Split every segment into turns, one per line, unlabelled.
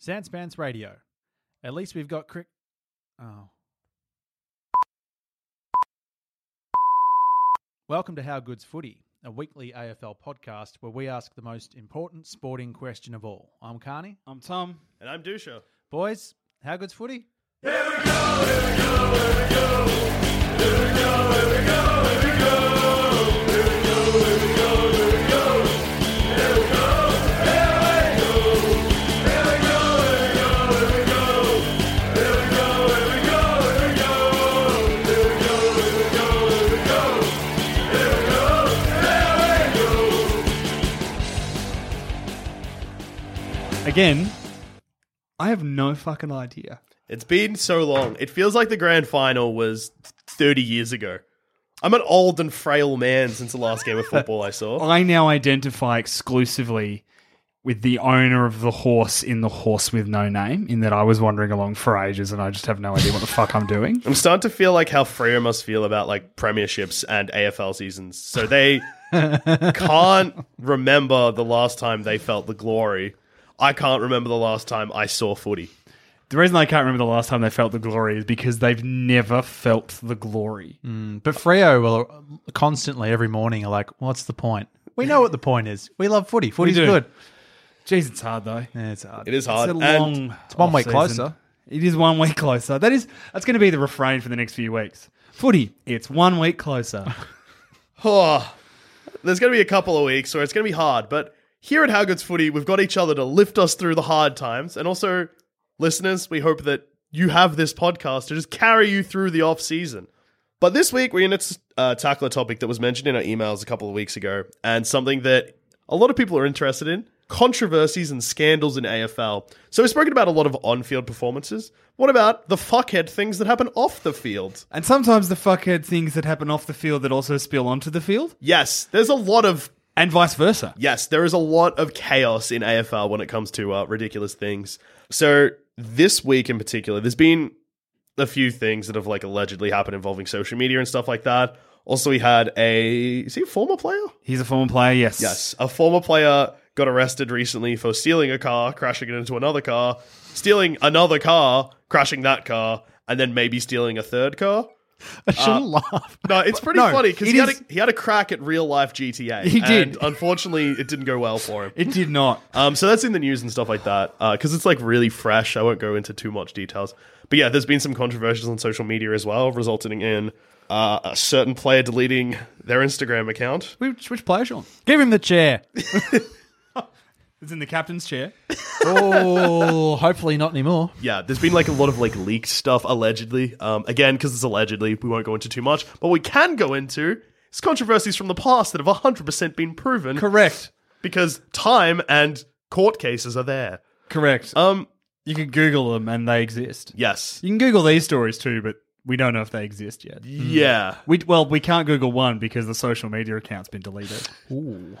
Zanspants Radio. At least we've got crick. Oh. Welcome to How Good's Footy, a weekly AFL podcast where we ask the most important sporting question of all. I'm Carney.
I'm Tom.
And I'm Dusha.
Boys, How Good's Footy?
Again, I have no fucking idea.
It's been so long. It feels like the grand final was 30 years ago. I'm an old and frail man since the last game of football I saw.
I now identify exclusively with the owner of the horse in the horse with no name, in that I was wandering along for ages and I just have no idea what the fuck I'm doing.
I'm starting to feel like how Freo must feel about like premierships and AFL seasons. So they can't remember the last time they felt the glory. I can't remember the last time I saw footy.
The reason I can't remember the last time they felt the glory is because they've never felt the glory.
But Freo will uh, constantly every morning are like, what's the point? We know what the point is. We love footy. Footy's
do.
good.
Jeez, it's hard though.
Yeah, it's hard.
It is hard.
It's a
and
long.
It's one week
off-season.
closer.
It is one week closer. That is. That's going to be the refrain for the next few weeks. Footy. It's one week closer.
oh, there's going to be a couple of weeks where it's going to be hard, but here at How Good's Footy, we've got each other to lift us through the hard times. And also, listeners, we hope that you have this podcast to just carry you through the off season. But this week, we're going to uh, tackle a topic that was mentioned in our emails a couple of weeks ago and something that a lot of people are interested in controversies and scandals in AFL. So, we've spoken about a lot of on field performances. What about the fuckhead things that happen off the field?
and sometimes the fuckhead things that happen off the field that also spill onto the field,
Yes, there's a lot of
and vice versa.
Yes, there is a lot of chaos in AFL when it comes to uh, ridiculous things. So this week in particular, there's been a few things that have like allegedly happened involving social media and stuff like that. Also, we had a is he a former player?
He's a former player. Yes.
Yes, a former player got arrested recently for stealing a car, crashing it into another car, stealing another car, crashing that car, and then maybe stealing a third car.
I shouldn't laugh.
No, it's pretty
no,
funny because
it
he, had
is-
a- he had a crack at real life GTA.
He did.
And unfortunately, it didn't go well for him.
It did not.
Um, so that's in the news and stuff like that because it's like really fresh. I won't go into too much details, but yeah, there's been some controversies on social media as well, resulting in uh, a certain player deleting their Instagram account.
Which, which player, Sean?
Give him the chair.
It's in the captain's chair.
oh, hopefully not anymore.
Yeah, there's been like a lot of like leaked stuff allegedly. Um, again, because it's allegedly, we won't go into too much, but we can go into is controversies from the past that have 100% been proven
Correct.
because time and court cases are there.
Correct.
Um,
you can Google them and they exist.
yes,
You can Google these stories too, but we don't know if they exist yet.
Mm.
yeah.
We well, we can't Google one because the social media account's been deleted.
Ooh.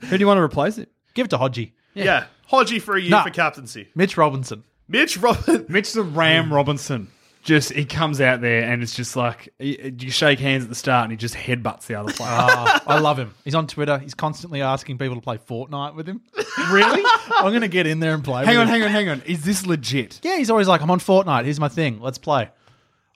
Who do you want to replace it?
Give it to Hodgie.
Yeah, Hodgie for a year
Nah.
for captaincy.
Mitch Robinson.
Mitch Robin.
Mitch the Ram Robinson. Hmm. Just he comes out there and it's just like y- you shake hands at the start and he just headbutts the other player.
Ah, I love him. He's on Twitter. He's constantly asking people to play Fortnite with him.
really?
I'm going to get in there and play.
hang
with
on,
him.
hang on, hang on. Is this legit?
Yeah, he's always like, I'm on Fortnite. Here's my thing. Let's play.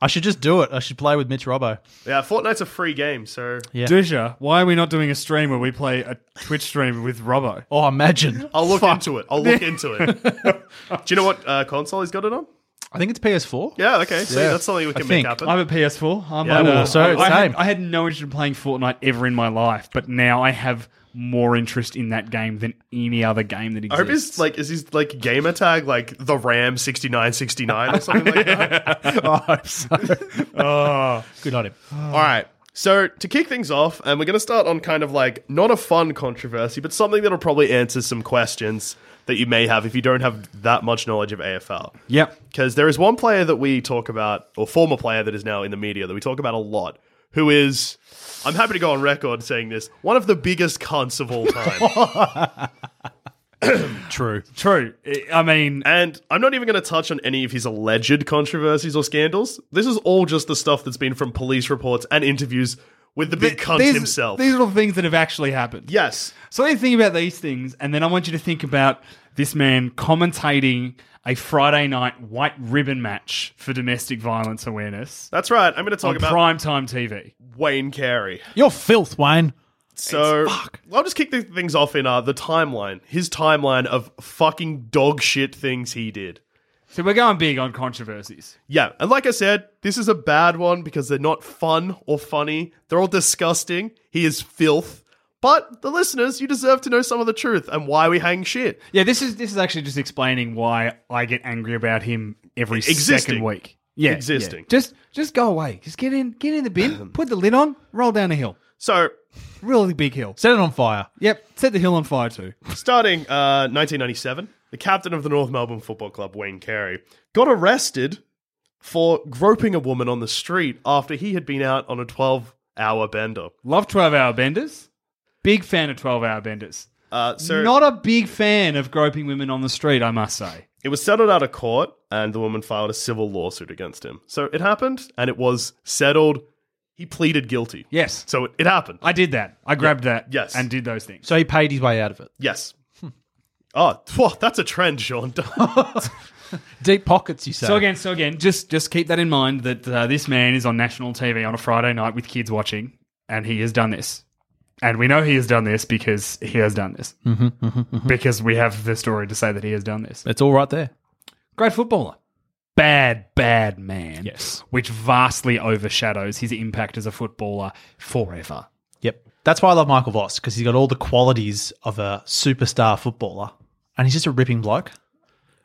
I should just do it. I should play with Mitch Robbo.
Yeah, Fortnite's a free game, so
Yeah.
Dusha, why are we not doing a stream where we play a Twitch stream with Robbo?
Oh, imagine.
I'll look into it. I'll look into it. Do you know what uh, console he's got it on?
I think it's PS4.
Yeah, okay. See,
Yeah.
that's something we
I
can make
think.
happen.
I have a PS4. I'm
Yeah,
like,
ooh,
uh,
Oh, so
I, had,
same.
I had no interest in playing Fortnite ever in my life, but now I have more interest in that game than any other game that
I
exists.
hope his like is his like gamer tag like the Ram sixty nine sixty nine or something like that.
Good on him.
All right. So to kick things off, and we're going to start on kind of like not a fun controversy, but something that'll probably answer some questions that you may have if you don't have that much knowledge of AFL.
Yep.
Because there is one player that we talk about, or former player that is now in the media that we talk about a lot, who is, I'm happy to go on record saying this, one of the biggest cunts of all time.
True.
True. I- I mean,
and I'm not even going to touch on any of his alleged controversies or scandals. This is all just the stuff that's been from police reports and interviews with the big cunt
uh, these,
himself.
These are all things that have actually happened.
yes.
So I want you to think about these things, and then I want you to think about this man commentating a Friday night white ribbon match for domestic violence awareness
That's right. I'm going to talk
on
about
primetime TV.
Wayne Carey.
You're filth, Wayne.
So I'll just kick the things off in uh, the timeline. His timeline of fucking dog shit things he did.
So we're going big on controversies.
Yeah, and like I said, this is a bad one because they're not fun or funny. They're all disgusting. He is filth. But the listeners, you deserve to know some of the truth and why we hang shit.
Yeah, this is this is actually just explaining why I get angry about him every
Existing.
second week. Yeah,
Existing.
yeah. Just just go away. Just get in get in the bin, put the lid on, roll down a hill,
So,
really big hill.
Set it on fire.
Yep, set the hill on fire too.
starting uh, 1997, the captain of the North Melbourne Football Club, Wayne Carey, got arrested for groping a woman on the street after he had been out on a 12 hour bender.
Love twelve hour benders. Big fan of twelve hour benders.
Uh, so
Not a big fan of groping women on the street, I must say.
It was settled out of court, and the woman filed a civil lawsuit against him. So it happened, and it was settled. He pleaded guilty.
Yes.
So it, it happened.
I did that. I grabbed that.
Yes.
And did those things.
So he paid his way out of it.
Yes. Oh, phew, that's a trend, Sean.
Deep pockets, you say.
So again, so again, just just keep that in mind that uh, this man is on national TV on a Friday night with kids watching, and he has done this, and we know he has done this because he has done this because we have the story to say that he has done this.
it's all right there.
Great footballer, bad bad man,
Yes.
which vastly overshadows his impact as a footballer forever.
Yep. That's why I love Michael Voss because he's got all the qualities of a superstar footballer, and he's just a ripping bloke.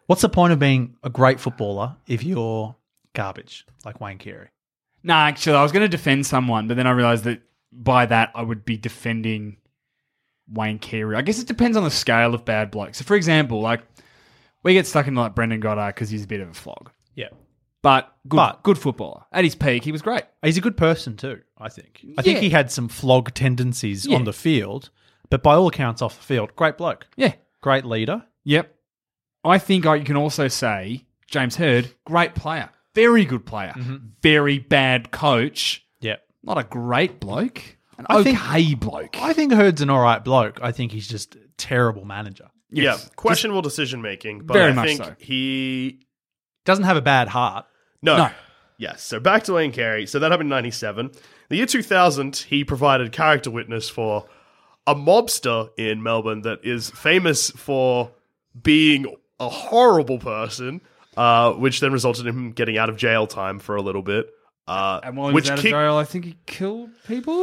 What's the point of being a great footballer if you're garbage like Wayne Carey?
No, actually, I was going to defend someone, but then I realized that by that I would be defending Wayne Carey. I guess it depends on the scale of bad bloke. So, for example, like we get stuck in like Brendan Goddard because he's a bit of a flog,
Yeah.
but good,
But-
good footballer. At his peak, he was great.
He's a good person too, I think. I think
Yeah.
he had some flog tendencies
Yeah.
on the field, but by all accounts off the field, great bloke.
Yeah.
Great leader.
Yep. I think I, you can also say James Heard, great player, very good player,
Mm-hmm.
very bad coach,
Yeah.
not a great bloke, an
I think-
okay bloke.
I think Hurd's an all right bloke. I think he's just a terrible manager.
yeah,
Yes.
questionable decision making, but
Very
I
much
think
so.
he
Doesn't have a bad heart.
No.
No.
Yes. So back to Wayne Carey. So that happened in 97. The year 2000, he provided character witness for a mobster in Melbourne that is famous for being a horrible person, uh, which then resulted in him getting out of jail time for a little bit. Uh,
and while he
which
was out
kicked-
of jail, I think he killed people.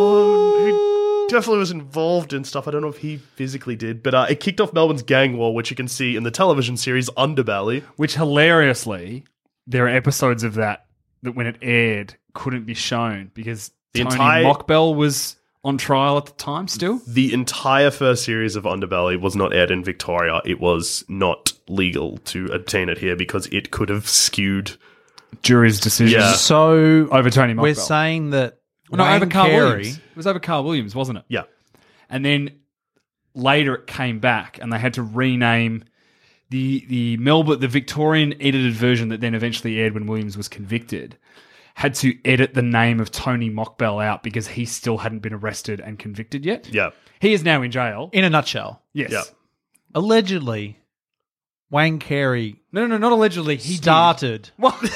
Oh, he definitely was involved in stuff. I don't know if he physically did, but uh, it kicked off Melbourne's gang war, which you can see in the television series Underbelly.
Which hilariously, there are episodes of that that when it aired couldn't be shown because
The
Tony
entire-
Mockbell was on trial at the time still.
the entire first series of Underbelly was not aired in Victoria. It was not legal to obtain it here because it could have skewed.
Jury's decision
Yeah.
So
over Tony Mockbell.
we're saying that
no,
Wayne
over Carl
Carey,
Williams. It was over Carl Williams, wasn't it?
Yeah.
And then later it came back and they had to rename the the Melbourne the Victorian edited version that then eventually aired when Williams was convicted had to edit the name of Tony Mockbell out because he still hadn't been arrested and convicted yet.
Yeah.
He is now in jail.
in a nutshell,
Yes.
Yeah.
allegedly Wayne Carey
No, no, no, not allegedly. He
started
Did. What?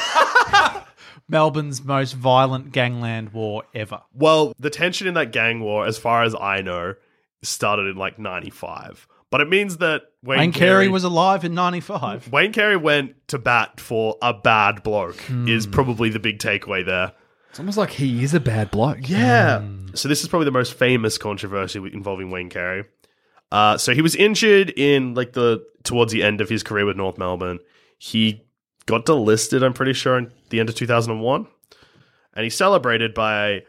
Melbourne's most violent gangland war ever.
Well, the tension in that gang war, as far as I know, started in like 95. But it means that Wayne,
Wayne Carey was alive in 95.
Wayne Carey went to bat for a bad bloke,
Hmm.
is probably the big takeaway there.
It's almost like he is a bad bloke.
Yeah.
Mm.
So this is probably the most famous controversy involving Wayne Carey. Uh, so he was injured in like the towards the end of his career with North Melbourne. He got delisted, I'm pretty sure, in the end of 2001, and he celebrated by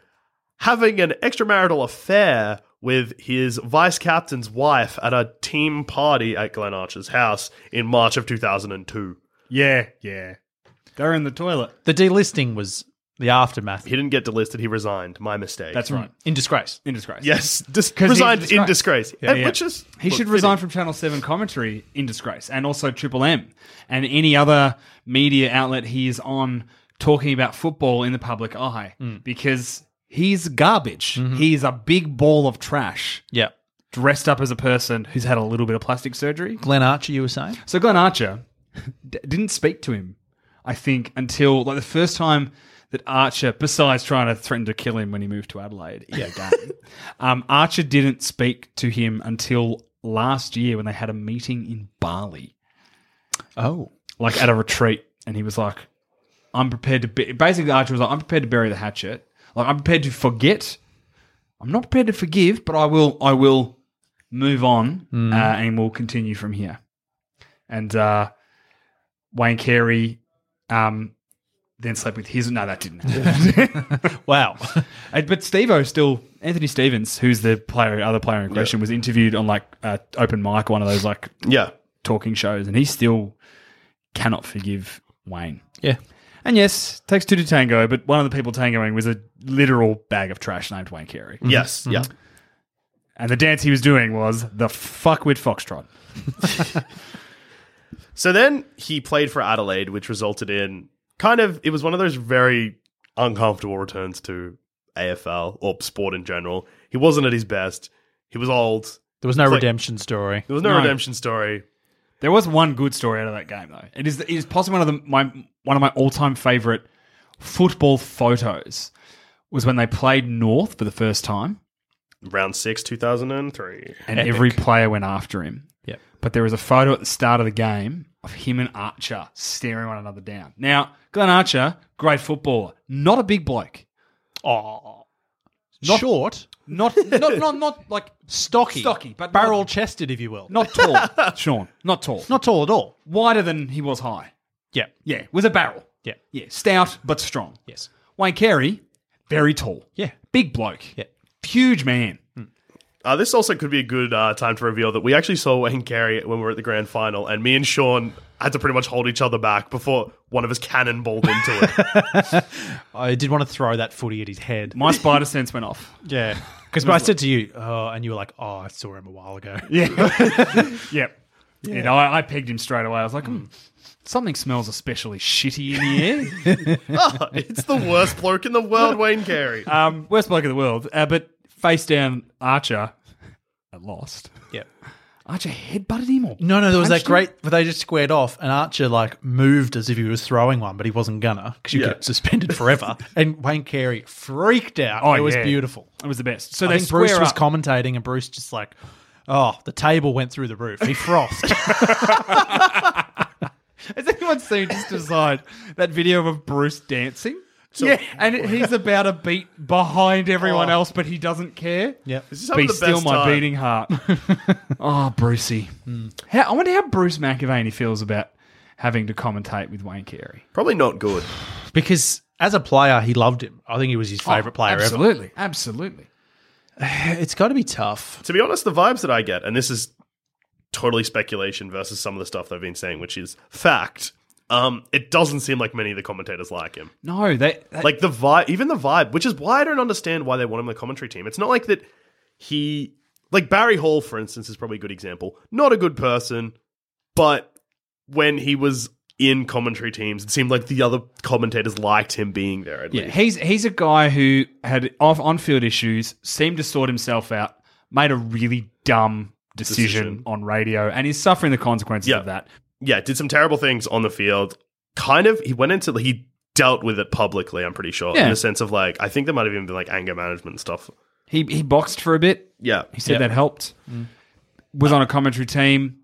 having an extramarital affair with his vice captain's wife at a team party at Glen Archer's house in March of 2002.
Yeah, yeah. They're in the toilet.
The delisting was the aftermath.
He didn't get delisted; he resigned. My mistake.
That's right.
In disgrace.
In disgrace.
yes, dis-
'Cause he's
resigned in
disgraced.
disgrace,
Yeah,
And
yeah.
which is
He
look,
should
fitting.
resign from Channel 7 commentary in disgrace and also Triple M and any other media outlet he is on talking about football in the public eye
Hmm.
because he's garbage.
Mm-hmm.
He's a big ball of trash
Yeah.
dressed up as a person who's had a little bit of plastic surgery.
Glenn Archer, you were saying?
So Glenn Archer d- didn't speak to him, I think, until like the first time that Archer, besides trying to threaten to kill him when he moved to Adelaide, yeah, done. um, Archer didn't speak to him until last year when they had a meeting in Bali,
Oh.
like at a retreat, and he was like, "I'm prepared to be." Basically, Archer was like, "I'm prepared to bury the hatchet. Like, I'm prepared to forget. I'm not prepared to forgive, but I will. I will move on, uh, and we'll continue from here." and uh, Wayne Carey um, then slept with his. No, that didn't happen.
Wow.
Uh, but Steve-O still, Anthony Stevens, who's the player, other player in question, was interviewed on like uh, open mic, one of those like
Yeah.
talking shows, and he still cannot forgive Wayne.
yeah.
And yes, takes two to tango, but one of the people tangoing was a literal bag of trash named Wayne Carey.
Yes. Yeah.
And the dance he was doing was the fuckwit foxtrot.
So then he played for Adelaide, which resulted in kind of it was one of those very uncomfortable returns to AFL or sport in general. He wasn't at his best. He was old.
There was no
like-
redemption story.
There was no,
No.
redemption story.
There was one good story out of that game, though. It is it is possibly one of the, my one of my all time favorite football photos was when they played North for the first time,
Round six, two thousand and three.
and every player went after him.
Yep.
But there was a photo at the start of the game of him and Archer staring one another down. Now, Glenn Archer, great footballer, not a big bloke,
Oh.
Not-
Short,
not not not, not like
stocky,
Stocky, but not-
barrel chested, if you will.
not tall, Sean, not tall,
not tall at all.
wider than he was high.
Yeah.
Yeah, was a barrel.
Yeah.
yeah, stout but strong.
Yes.
Wayne Carey, very tall.
Yeah.
Big bloke.
Yeah.
Huge man.
Uh, this also could be a good uh, time to reveal that we actually saw Wayne Carey when we were at the grand final, and me and Sean had to pretty much hold each other back before one of us cannonballed into it.
I did want to throw that footy at his head.
My spider sense went off.
Yeah. Because I said to you, oh, and you were like, oh, I saw him a while ago.
Yeah. yep. Yeah. You know, I, I pegged him straight away. I was like, hmm, something smells especially shitty in the air.
Oh, it's the worst bloke in the world, Wayne Carey.
um, worst bloke in the world. Uh, but face down Archer, I lost.
Yeah.
Archer headbutted him or
No, no, there was that
punched him?
great where they just squared off, and Archer like moved as if he was throwing one, but he wasn't gonna because you
Yeah.
get suspended forever. and Wayne Carey freaked out.
Oh,
it was
yeah.
beautiful.
It was the best. So
I
they
think Bruce
square
was
up.
commentating, and Bruce just like, oh, the table went through the roof. He frothed.
Has anyone seen just decide that video of Bruce dancing? yeah, and he's about a beat behind everyone else, but he doesn't care.
Yep.
This is some
Be
of the
still
best
my
time.
beating heart. oh, Brucey. How, I wonder how Bruce McAvaney feels about having to commentate with Wayne Carey.
Probably not good.
because as a player, he loved him. I think he was his favorite player
Oh, absolutely, absolutely.
ever. It's got to be tough.
to be honest, the vibes that I get, and this is totally speculation versus some of the stuff they've been saying, which is fact. Um, it doesn't seem like many of the commentators like him.
No, they, they-
Like the vibe, even the vibe, which is why I don't understand why they want him on the commentary team. It's not like that he, like Barry Hall, for instance, is probably a good example. Not a good person, but when he was in commentary teams, it seemed like the other commentators liked him being there. At
yeah,
least.
he's he's a guy who had off on field issues, seemed to sort himself out, made a really dumb decision,
Decision.
on radio, and he's suffering the consequences
Yeah.
of that.
yeah, did some terrible things on the field. Kind of, he went into he dealt with it publicly, I'm pretty sure. In
Yeah.
the sense of like, I think there might have even been like anger management stuff.
He he boxed for a bit.
Yeah. Uh,
He said
Yeah.
that helped. Was on a commentary team.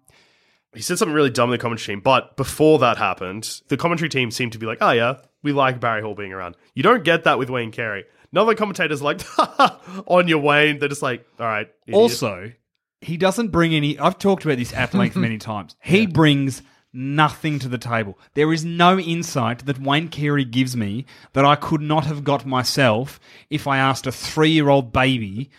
He said something really dumb in the commentary team, but before that happened, the commentary team seemed to be like, oh, yeah, we like Barry Hall being around. You don't get that with Wayne Carey. None of the commentators are like, on your Wayne. They're just like, all right. idiot."
Also, he doesn't bring any. I've talked about this at length many times. He brings nothing to the table. There is no insight that Wayne Carey gives me that I could not have got myself if I asked a three year old baby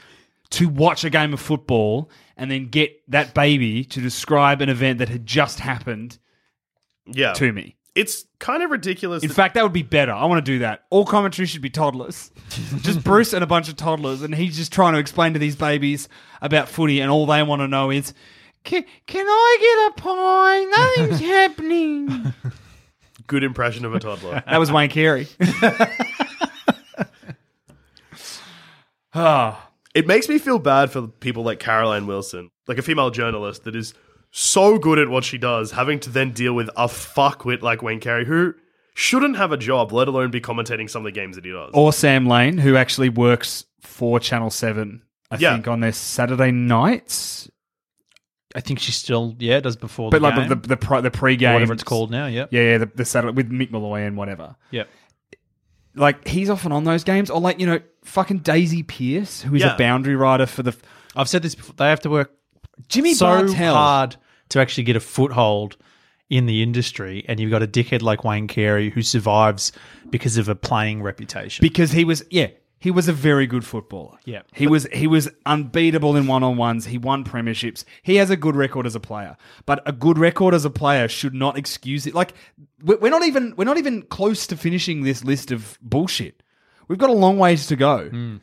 to watch a game of football and then get that baby to describe an event that had just happened
yeah.
to me.
It's kind of ridiculous.
In
that-
fact, that would be better. I want to do that. All commentary should be toddlers. just Bruce and a bunch of toddlers, and he's just trying to explain to these babies about footy, and all they want to know is, can, can I get a pie? Nothing's happening.
good impression of a toddler.
That was Wayne Carey. Ah,
It makes me feel bad for people like Caroline Wilson, like a female journalist that is so good at what she does, having to then deal with a fuckwit like Wayne Carey, who shouldn't have a job, let alone be commentating some of the games that he does.
or Sam Lane, who actually works for Channel 7, I
Yeah.
think, on their Saturday nights.
I think she still yeah does before
But
the
like
game,
the, the, the, pre- the pre-game.
whatever it's called now. Yep.
Yeah, yeah, the, the Saturday with Mick Malloy and whatever.
Yep.
like he's often on those games, or like you know, fucking Daisy Pierce, who is
Yeah.
a boundary rider for the
I've said this before. They have to work
Jimmy
so
Bartel.
hard to actually get a foothold in the industry, and you've got a dickhead like Wayne Carey who survives because of a playing reputation.
because he was yeah he was a very good footballer.
Yeah.
he was he was unbeatable in one on ones. He won premierships. He has a good record as a player, but a good record as a player should not excuse it. Like we- we're not even we're not even close to finishing this list of bullshit. We've got a long ways to go.
Hmm.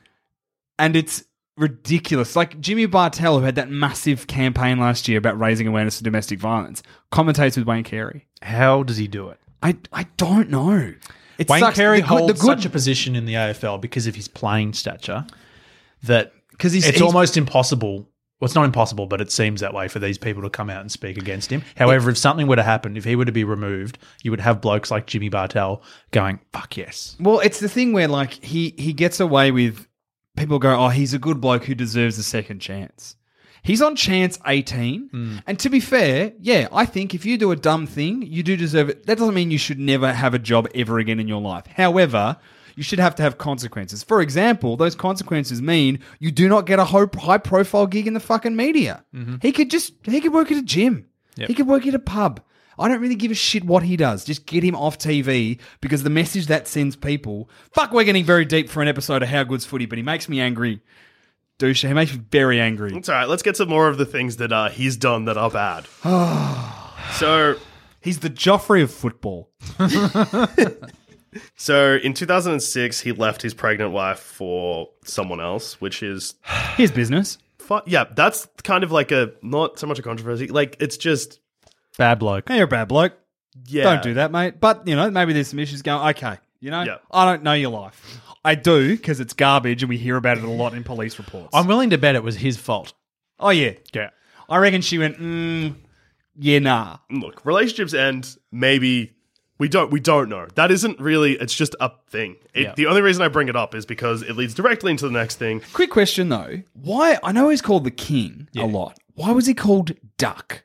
and it's ridiculous. Like Jimmy Bartell, who had that massive campaign last year about raising awareness of domestic violence, commentates with Wayne Carey.
How does he do it?
I I don't know. It
Wayne
sucks.
Carey
the good,
holds
the good,
such a position in the AFL because of his playing stature that
'Cause he's-
it's
he's-
almost impossible. Well, it's not impossible, but it seems that way for these people to come out and speak against him. However, if something were to happen, if he were to be removed, you would have blokes like Jimmy Bartel going, "Fuck yes."
Well, it's the thing where like he he gets away with people go, oh, he's a good bloke who deserves a second chance. He's on chance 18. And to be fair, yeah, I think if you do a dumb thing, you do deserve it. That doesn't mean you should never have a job ever again in your life. However, you should have to have consequences. For example, those consequences mean you do not get a ho- high profile gig in the fucking media. He could just, he could work at a gym. He could work at a pub. I don't really give a shit what he does. Just get him off TV because the message that sends people. Fuck, we're getting very deep for an episode of How Good's Footy, but he makes me angry. Douche, he makes me very angry.
It's all right. Let's get some more of the things that uh, he's done that are bad. so,
He's the Joffrey of football.
so in 2006, he left his pregnant wife for someone else, which is,
His business.
fu- yeah, that's kind of like a not so much a controversy. Like it's just,
Bad bloke.
Hey, you're a bad bloke.
yeah,
Don't do that, mate. But, you know, maybe there's some issues going, okay, you know,
Yeah.
I don't know your life. I do because it's garbage and we hear about it a lot in police reports.
I'm willing to bet it was his fault.
oh, yeah.
Yeah.
I reckon she went, mm, yeah, nah.
look, relationships end. Maybe we don't. We don't know. That isn't really. It's just a thing. It, The only reason I bring it up is because it leads directly into the next thing.
Quick question though. Why I know he's called the king a lot. Why was he called Duck?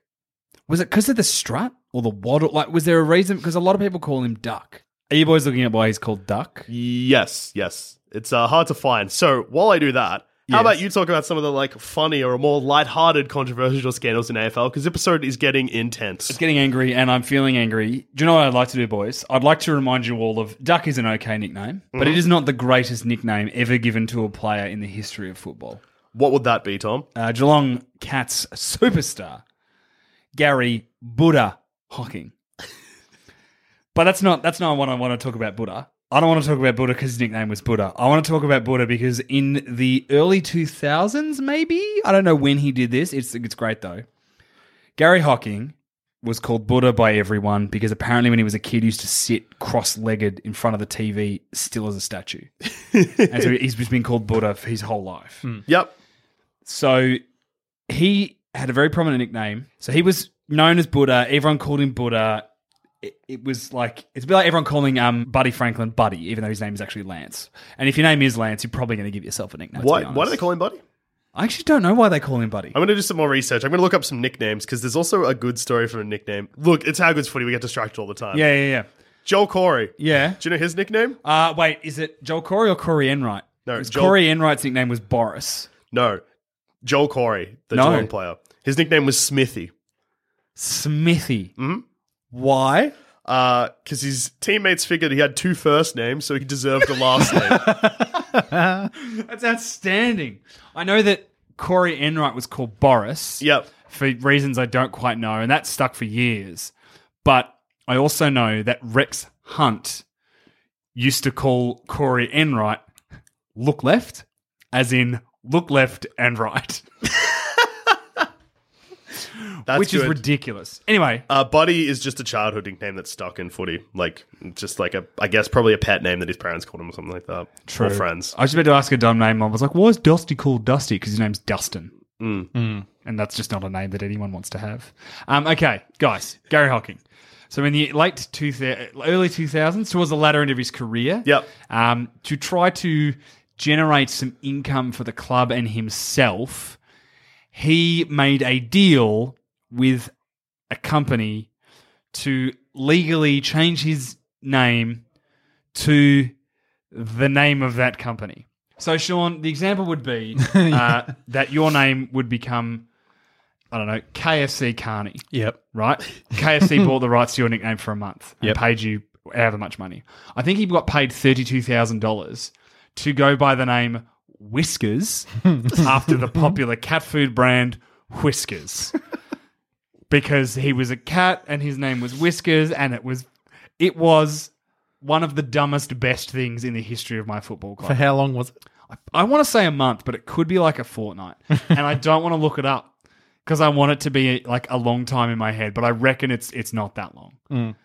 Was it because of the strut or the waddle? Like, was there a reason? Because a lot of people call him Duck. Are you boys looking at why he's called Duck?
Yes, yes. It's uh, hard to find. So while I do that. How about you talk about some of the like funny or more lighthearted controversial scandals in AFL? Because episode is getting intense.
It's getting angry, and I'm feeling angry. Do you know what I'd like to do, boys? I'd like to remind you all of Duck is an okay nickname, but it is not the greatest nickname ever given to a player in the history of football.
What would that be, Tom?
Uh, Geelong Cats superstar Gary Buddha Hocking. but that's not that's not what I want to talk about Buddha. I don't want to talk about Buddha because his nickname was Buddha. I want to talk about Buddha because in the early 2000s, maybe I don't know when he did this. It's it's great though. Gary Hocking was called Buddha by everyone because apparently when he was a kid, he used to sit cross-legged in front of the TV, still as a statue. and so he's been called Buddha for his whole life.
Yep.
So he had a very prominent nickname. So he was known as Buddha. Everyone called him Buddha. it, it was like it's a bit like everyone calling um Buddy Franklin Buddy, even though his name is actually Lance. And if your name is Lance, you're probably going to give yourself a nickname. to be
Why, why do
honest.
they call him Oh. Buddy?
I actually don't know why they call him Buddy.
I'm going to do some more research. I'm going to look up some nicknames because there's also a good story for a nickname. Look, it's how good's footy. We get distracted all the time.
Yeah, yeah,
Joel Corey.
yeah,
Do you know his nickname?
yeah. Uh, wait, is it Joel Corey or Corey Enright?
No,
'Cause
Joel-
Corey Enright's nickname was Boris.
No. Joel Corey, the
No.
Geelong player. His nickname was Smithy
Smithy.
Mhm.
Why?
because Uh, his teammates figured he had two first names, so he deserved a last name.
That's outstanding. I know that Corey Enright was called Boris.
Yep.
for reasons I don't quite know, and that stuck for years. But I also know that Rex Hunt used to call Corey Enright look left, as in look left and right,
That's
which is
good.
ridiculous. Anyway,
Uh, Buddy is just a childhood nickname that's stuck in footy. Like, just like a, I guess, probably a pet name that his parents called him or something like that. True. Or friends.
I was about to ask a dumb name. I was like, why is Dusty called Dusty? Because his name's Dustin. And that's just not a name that anyone wants to have. Um, okay, guys, Gary Hocking. So in the late two thou- early 2000s, towards the latter end of his career,
Yep.
um, to try to generate some income for the club and himself, he made a deal with a company to legally change his name to the name of that company. So, Sean, the example would be uh, that your name would become, I don't know, KFC Carney,
Yep.
right? KFC bought the rights to your nickname for a month and
Yep.
paid you however much money. I think he got paid $32,000 to go by the name Whiskers after the popular cat food brand Whiskers. Because he was a cat and his name was Whiskers, and it was, it was one of the dumbest best things in the history of my football club.
For how long was it?
I want to say a month, but it could be like a fortnight. and I don't want to look it up because I want it to be like a long time in my head, but I reckon it's it's not that long. Have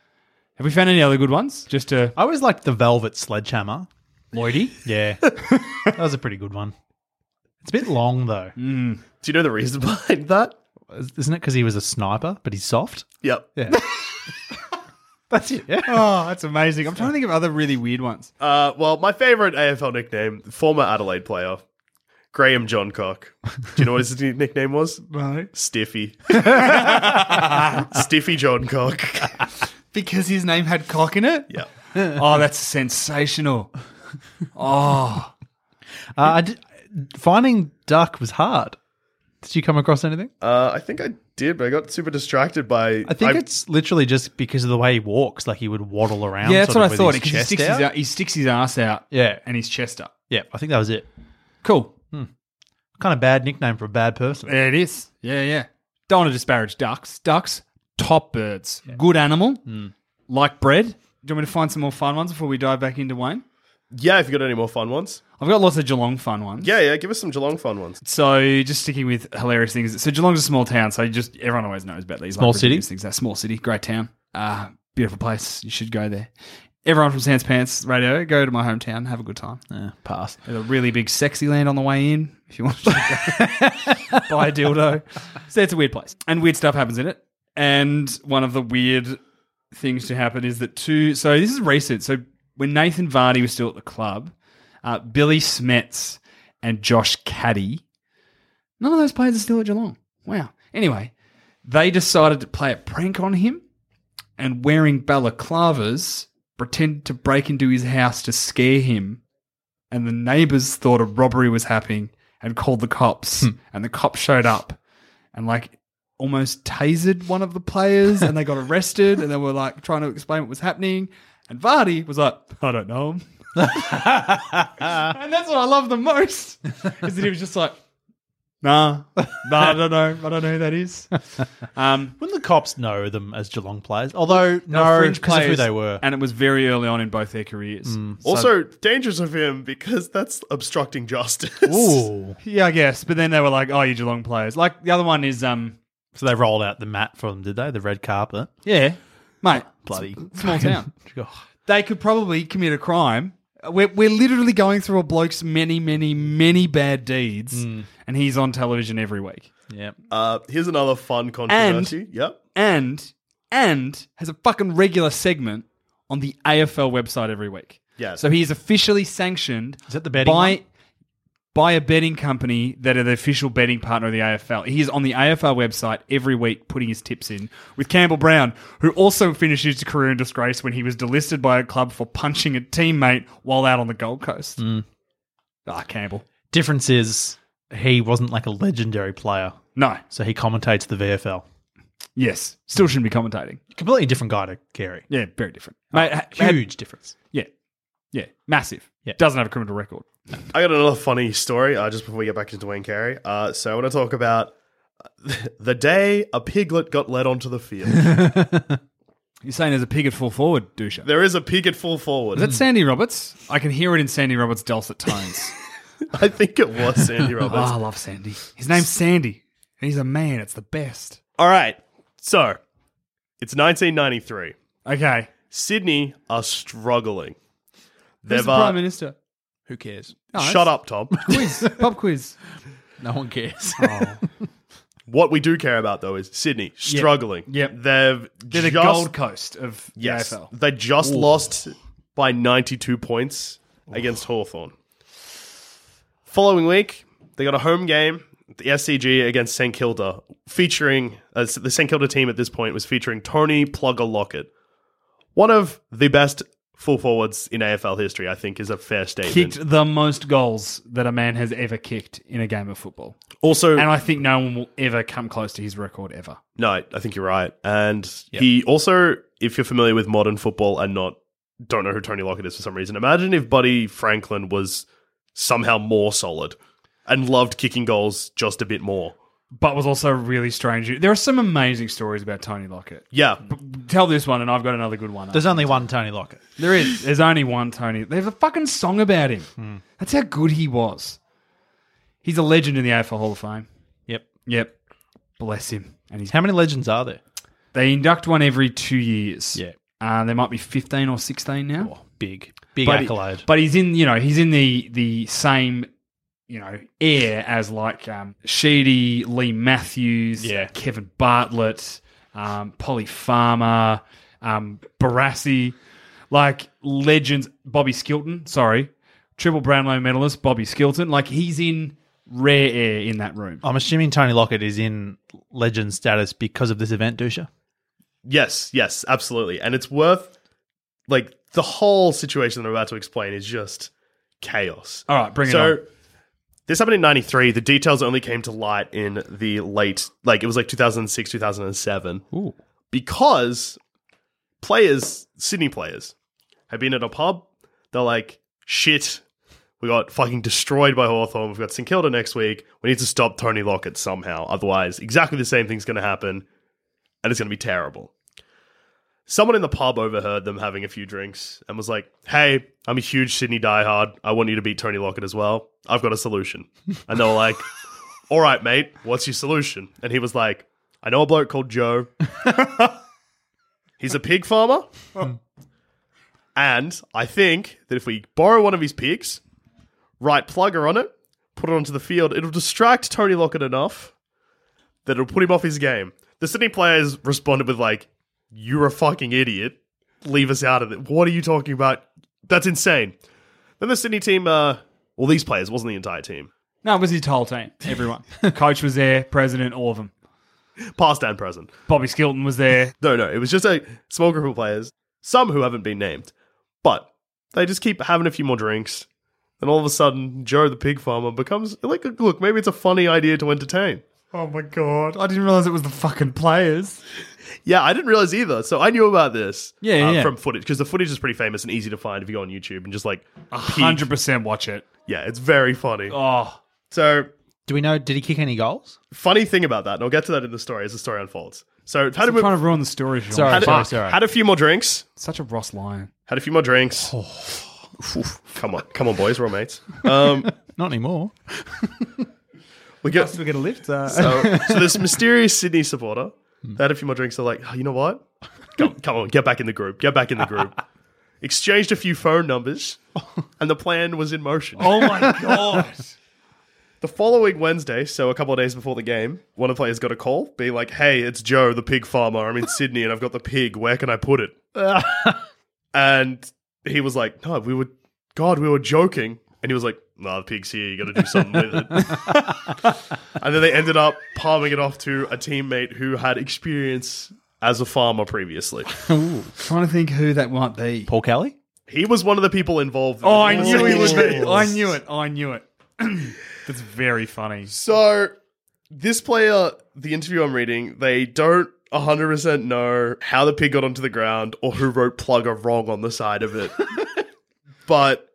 we found any other good ones? Just to
I always liked the Velvet Sledgehammer.
Lloydie?
Yeah. that was a pretty good one. It's a bit long, though.
Do you know the reason behind that?
Isn't it because he was a sniper, but he's soft?
Yep.
Yeah. That's it. Yeah.
Oh, that's amazing. I'm trying to think of other really weird ones.
Uh, well, my favorite AFL nickname, former Adelaide player, Graham Johncock. Do you know what his nickname was?
Right.
Stiffy. Stiffy Johncock.
Because his name had cock in it?
Yeah.
oh, that's sensational.
Uh, I d- finding Duck was hard. Did you come across anything?
Uh, I think I did, but I got super distracted by.
I think it's literally just because of the way he walks. Like he would waddle around.
yeah, that's
sort
what
of
I
with
thought.
his
'cause He
chest
sticks,
out.
his, he sticks his ass out
Yeah.
and his chest up.
Yeah. I think that was it.
Cool.
Kind of bad nickname for a bad person.
It is. Yeah, yeah. Don't want to disparage ducks. Ducks, top birds. Good animal. Like bread. Do you want me to find some more fun ones before we dive back into Wayne?
Yeah, if you got any more fun ones.
I've got lots of Geelong fun ones.
Yeah, yeah, give us some Geelong fun ones.
So just sticking with hilarious things. So Geelong's a small town, so you just everyone always knows about these
Small
like, ridiculous
city?
things. That small city, great town, uh, beautiful place. You should go there. Everyone from Sans Pants Radio, go to my hometown, have a good time.
Yeah, pass.
There's a really big sexy land on the way in if you want to go. buy a dildo. So it's a weird place. And weird stuff happens in it. And one of the weird things to happen is that two. So this is recent. So when Nathan Vardy was still at the club, uh, Billy Smets and Josh Caddy, none of those players are still at Geelong. Wow. Anyway, they decided to play a prank on him and wearing balaclavas, pretended to break into his house to scare him and the neighbors thought a robbery was happening and called the cops. And the cops showed up and like almost tasered one of the players and they got arrested and they were like trying to explain what was happening. And Vardy was like, I don't know him. and that's what I love the most is that he was just like, nah, nah, I don't know. I don't know who that is. Um,
Wouldn't the cops know them as Geelong players? Although
they were
no, because of who they were. Hmm.
And it was very early on in both their careers.
Also, dangerous of him because that's obstructing justice.
Ooh.
Yeah, I guess. But then they were like, oh, you Geelong players. Like the other one is, um,
So they rolled out the mat for them, did they? The red carpet.
Yeah, mate.
Bloody
s- small town.
God.
They could probably commit a crime. We're, we're literally going through a bloke's many, many, many bad deeds,
Hmm.
and he's on television every week.
Yeah.
Uh, here's another fun controversy. yep.
And and has a fucking regular segment on the AFL website every week.
Yes.
So he is officially sanctioned
Is that the betting
by
one?
by a betting company that are the official betting partner of the AFL. He is on the AFL website every week putting his tips in with Campbell Brown, who also finished his career in disgrace when he was delisted by a club for punching a teammate while out on the Gold Coast.
Hmm.
Ah, Campbell.
Difference is he wasn't like a legendary player,
No.
so he commentates the VFL.
Yes. Still shouldn't be commentating.
Completely different guy to Carey.
Yeah, very different. Mate, ha-
Huge
had-
difference.
yeah. Yeah. Massive.
Yeah.
Doesn't have a criminal record.
I got another funny story uh, just before we get back into Wayne Carey. Uh, so I want to talk about the day a piglet got led onto the field.
You're saying there's a pig at full forward, Dusha.
there is a pig at full forward.
Is that Sandy Roberts? I can hear it in Sandy Roberts' dulcet tones.
I think it was Sandy
Oh,
Roberts.
I love Sandy. His name's Sandy. And he's a man. It's the best.
All right. So it's 1993.
Okay.
Sydney are struggling.
Who's
They've
the Prime
uh,
Minister?
Who cares?
shut up, Tom.
Oh, Quiz. Pop quiz.
No one cares.
what we do care about though is Sydney struggling.
Yep.
They've
They're the
just,
Gold Coast of
yes,
the AFL.
they just lost by 92 points against Hawthorn. Following week, they got a home game, at the SCG against St Kilda, featuring uh, the St Kilda team at this point was featuring Tony Plugger Lockett, one of the best full forwards in AFL history. I think is a fair statement.
Kicked the most goals that a man has ever kicked in a game of football.
Also,
And I think no one will ever come close to his record ever.
No, I I think you're right. And he also, if you're familiar with modern football and not don't know who Tony Lockett is for some reason, imagine if Buddy Franklin was somehow more solid and loved kicking goals just a bit more.
But was also really strange. There are some amazing stories about Tony Lockett.
Yeah.
Tell this one, and I've got another good one.
There's only one Tony Lockett.
There is. There's only one Tony. They have a fucking song about him.
Hmm.
That's how good he was. He's a legend in the AFL Hall of Fame.
Yep.
Yep. Bless him. And he's
How many legends are there?
they induct one every two years.
Yeah.
Uh, there might be fifteen or sixteen now.
Oh, Big, big
but, he-
accolade.
but he's in, you know, he's in the the same, you know, air as like um, Sheedy, Lee Matthews,
Yeah.
Kevin Bartlett, um, Polly Farmer, um, Barassi, like legends. Bobby Skilton, sorry, triple Brownlow medalist Bobby Skilton. Like he's in rare air in that room.
I'm assuming Tony Lockett is in legend status because of this event, Dusha.
Yes, yes, absolutely. And it's worth like the whole situation that I'm about to explain is just chaos.
All right, bring it
so,
on.
This happened in 93. The details only came to light in the late, like, it was like 2006, 2007.
Ooh.
Because players, Sydney players, have been at a pub. They're like, shit, we got fucking destroyed by Hawthorn. We've got St Kilda next week. We need to stop Tony Lockett somehow. Otherwise, exactly the same thing's going to happen and it's going to be terrible. Someone in the pub overheard them having a few drinks and was like, Hey, I'm a huge Sydney diehard. I want you to beat Tony Lockett as well. I've got a solution. And they were like, All right, mate, what's your solution? And he was like, I know a bloke called Joe. He's a pig farmer. and I think that if we borrow one of his pigs, write plugger on it, put it onto the field, it'll distract Tony Lockett enough that it'll put him off his game. The Sydney players responded with like, "You're a fucking idiot. Leave us out of it. What are you talking about? That's insane." Then the Sydney team, uh, well, these players wasn't the entire team,
No, it was his whole team. Everyone, coach was there, president, all of them.
past and present.
Bobby Skilton was there.
No, no, it was just a small group of players, some who haven't been named, but they just keep having a few more drinks, and all of a sudden, Joe the pig farmer becomes like, look, maybe it's a funny idea to entertain.
Oh my god! I didn't realize it was the fucking players.
Yeah, I didn't realize either. So I knew about this.
Yeah,
uh,
yeah.
From footage, because the footage is pretty famous and easy to find if you go on YouTube and just like, peek.
Hundred percent watch it.
yeah, it's very funny.
Oh,
So
Do we know? Did he kick any goals?
funny thing about that, and I'll get to that in the story as the story unfolds. So had a,
I'm trying to ruin the story. Sean.
Sorry.
had, a-
Sorry, sorry.
had a few more drinks.
Such a Ross Lyon.
Had a few more drinks.
Oh.
Oof, come on, come on, boys, we're all mates. Um,
Not anymore.
we get
We're gonna lift. uh,
so, so this mysterious Sydney supporter, they had a few more drinks. They're like, oh, you know what? Come, come on, get back in the group. Get back in the group. Exchanged
Oh,
a few phone numbers, and the plan was in motion.
oh my god!
the The following Wednesday, so a couple of days before the game, one of the players got a call, be like, "Hey, it's Joe, the pig farmer. I'm in Sydney, and I've got the pig. Where can I put it?" and he was like, "No, we were, God, we were joking." And he was like, "Nah, the pig's here. You got to do something with it." and then they ended up palming it off to a teammate who had experience as a farmer previously.
Trying to think who that might be.
Paul Kelly?
He was one of the people involved.
Oh, I knew he would be.
Ooh.
I knew it. I knew it. That's very funny.
So this player, the interview I'm reading, they don't 100% know how the pig got onto the ground or who wrote plugger wrong on the side of it. but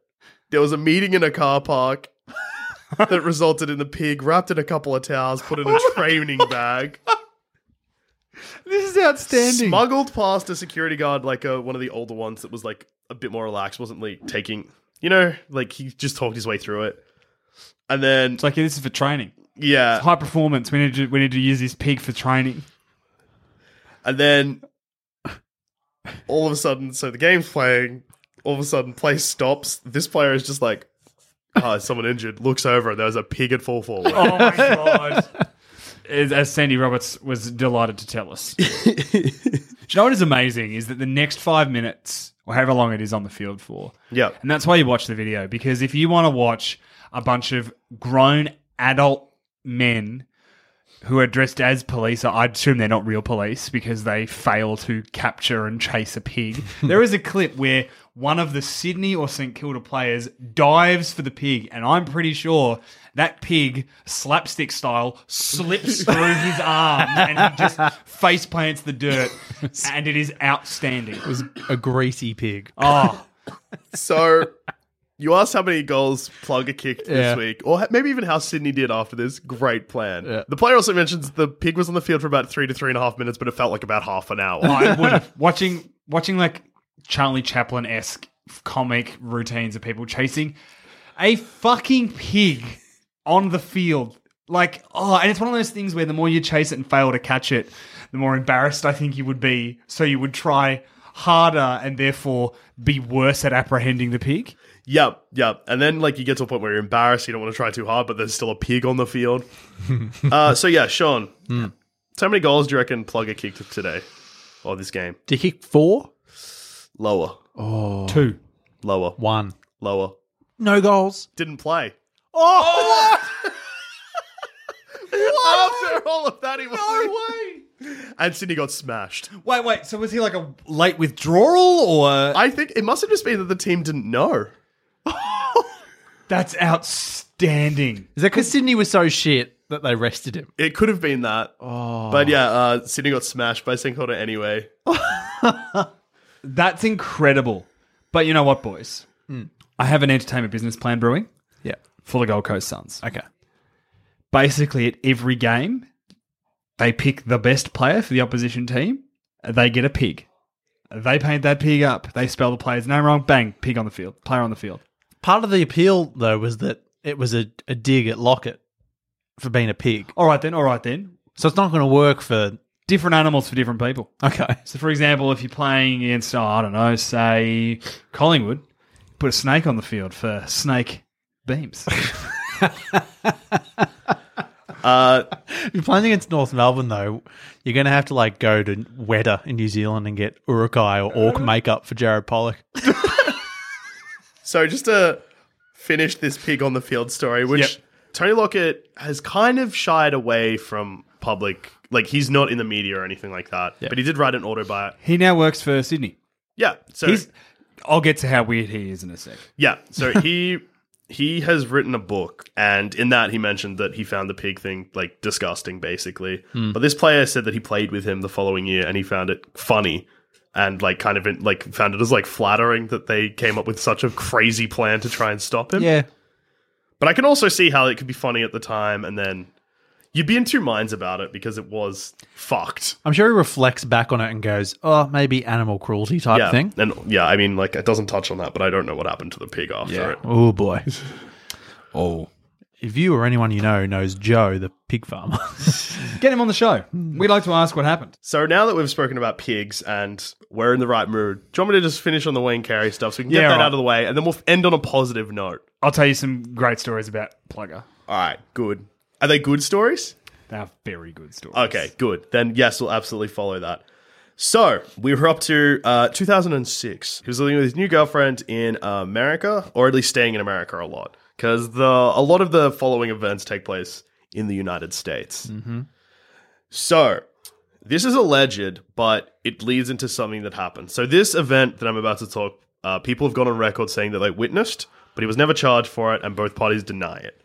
there was a meeting in a car park that resulted in the pig wrapped in a couple of towels, put in a training bag,
This is outstanding.
smuggled past a security guard, like uh one of the older ones that was like a bit more relaxed, wasn't like taking, you know, like he just talked his way through it. And then,
it's like yeah, this is for training.
yeah.
High performance. We need to we need to use this pig for training.
And then all of a sudden, so the game's playing, all of a sudden, play stops. This player is just like, oh, is someone injured, looks over, and there's a pig at full forward.
Oh my god. As as Sandy Roberts was delighted to tell us. Do you know what is amazing is that the next five minutes, or however long it is on the field for,
yeah.
And that's why you watch the video because if you want to watch a bunch of grown adult men who are dressed as police, I assume they're not real police because they fail to capture and chase a pig. there is a clip where one of the Sydney or St Kilda players dives for the pig, and I'm pretty sure that pig, slapstick style, slips through his arms and he just face plants the dirt, and it is outstanding.
It was a greasy pig.
Oh,
So you asked how many goals Plugger kicked
Yeah.
this week, or ha- maybe even how Sydney did after this. Great plan. The player also mentions the pig was on the field for about three to three and a half minutes, but it felt like about half an hour.
I would have watching watching like Charlie Chaplin esque comic routines of people chasing a fucking pig on the field. Like oh, and it's one of those things where the more you chase it and fail to catch it, the more embarrassed I think you would be. So you would try harder and therefore be worse at apprehending the pig.
yep, yep. And then like you get to a point where you're embarrassed, you don't want to try too hard, but there's still a pig on the field. uh, so yeah, Sean, so how many goals do you reckon Plugger kicked today or this game?
Did he kick four?
Lower,
Two.
lower,
One.
lower.
No goals.
Didn't play.
Oh,
After all of that, he was no way. And Sydney got smashed.
Wait, wait. So was he like a late withdrawal or?
I think it must have just been that the team didn't know.
That's outstanding.
Is that because Sydney was so shit that they rested him?
It could have been that. But yeah, uh, Sydney got smashed by St Kilda anyway.
That's incredible. But you know what, boys? I have an entertainment business plan brewing
Yeah.
for the Gold Coast Suns.
Okay.
Basically, at every game, they pick the best player for the opposition team. They get a pig. They paint that pig up. They spell the player's name wrong. Bang, pig on the field. Player on the field.
Part of the appeal, though, was that it was a, a dig at Lockett for being a pig.
All right, then. All right, then.
So it's not going to work for.
Different animals for different people.
Okay.
So, for example, if you're playing against, oh, I don't know, say Collingwood, put a snake on the field for snake beams.
Uh,
If you're playing against North Melbourne, though, you're going to have to like go to Weta in New Zealand and get Urukai or Orc makeup for Jared Pollock.
so just to finish this pig on the field story, which
Yep.
Tony Lockett has kind of shied away from public. Like he's not in the media or anything like that. But he did write an autobi.
he now works for Sydney.
Yeah. So
He's. I'll get to how weird he is in a sec.
Yeah. So he he has written a book, and in that he mentioned that he found the pig thing like disgusting, basically.
Hmm.
But this player said that he played with him the following year, and he found it funny, and like kind of in, like found it as like flattering that they came up with such a crazy plan to try and stop him.
Yeah.
But I can also see how it could be funny at the time, and then. You'd be in two minds about it because it was fucked.
I'm sure he reflects back on it and goes, oh, maybe animal cruelty type
yeah.
thing.
And yeah, I mean, like, it doesn't touch on that, but I don't know what happened to the pig after it.
Oh, boy. oh. If you or anyone you know knows Joe, the pig farmer.
Get him on the show. We'd like to ask what happened.
So now that we've spoken about pigs and we're in the right mood, do you want me to just finish on the Wayne Carey stuff so we can
Yeah,
get that
right.
out of the way and then we'll f- end on a positive note?
I'll tell you some great stories about Plugger.
All right, good. Are they good stories?
They are very good stories.
Okay, good. Then yes, we'll absolutely follow that. So we were up to uh, 2006. He was living with his new girlfriend in America, or at least staying in America a lot, because the a lot of the following events take place in the United States. So this is alleged, but it leads into something that happened. So this event that I'm about to talk, uh, people have gone on record saying that they witnessed, but he was never charged for it, and both parties deny it.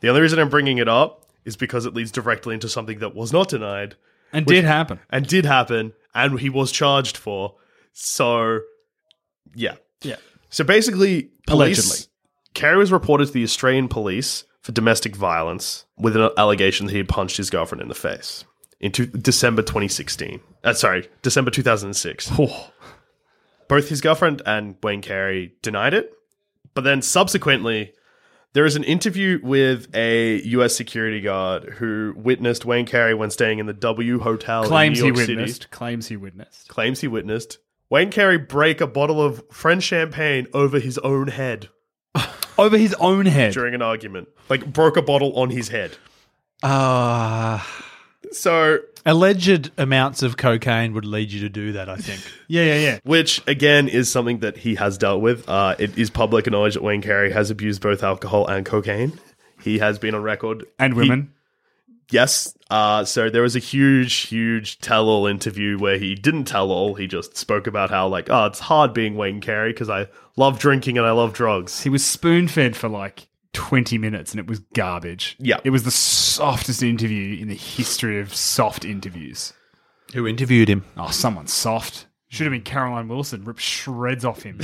The only reason I'm bringing it up is because it leads directly into something that was not denied
And did happen.
and did happen, and he was charged for. So, yeah.
Yeah.
So basically, police,
Allegedly.
Carey was reported to the Australian police for domestic violence with an allegation that he had punched his girlfriend in the face in two- December 2016. Uh, sorry, December 2006. Both his girlfriend and Wayne Carey denied it, but then subsequently, there is an interview with a U.S. security guard who witnessed Wayne Carey when staying in the W Hotel
Claims
in
he
New York City
witnessed. Claims he witnessed.
claims he witnessed Wayne Carey break a bottle of French champagne over his own head
Over his own head.
during an argument. Like broke a bottle on his head.
Uh,
So,
alleged amounts of cocaine would lead you to do that, I think.
Yeah, yeah, yeah.
which again is something that he has dealt with. Uh, it is public knowledge that Wayne Carey has abused both alcohol and cocaine. He has been on record.
And
He-
women.
yes. Uh, so there was a huge, huge tell-all interview where he didn't tell all. He just spoke about how like, oh, it's hard being Wayne Carey because I love drinking and I love drugs.
He was spoon fed for like 20 minutes and it was garbage.
Yeah.
It was the softest interview in the history of soft interviews.
Who interviewed him?
Oh, someone soft. Should have been Caroline Wilson. Ripped shreds off him.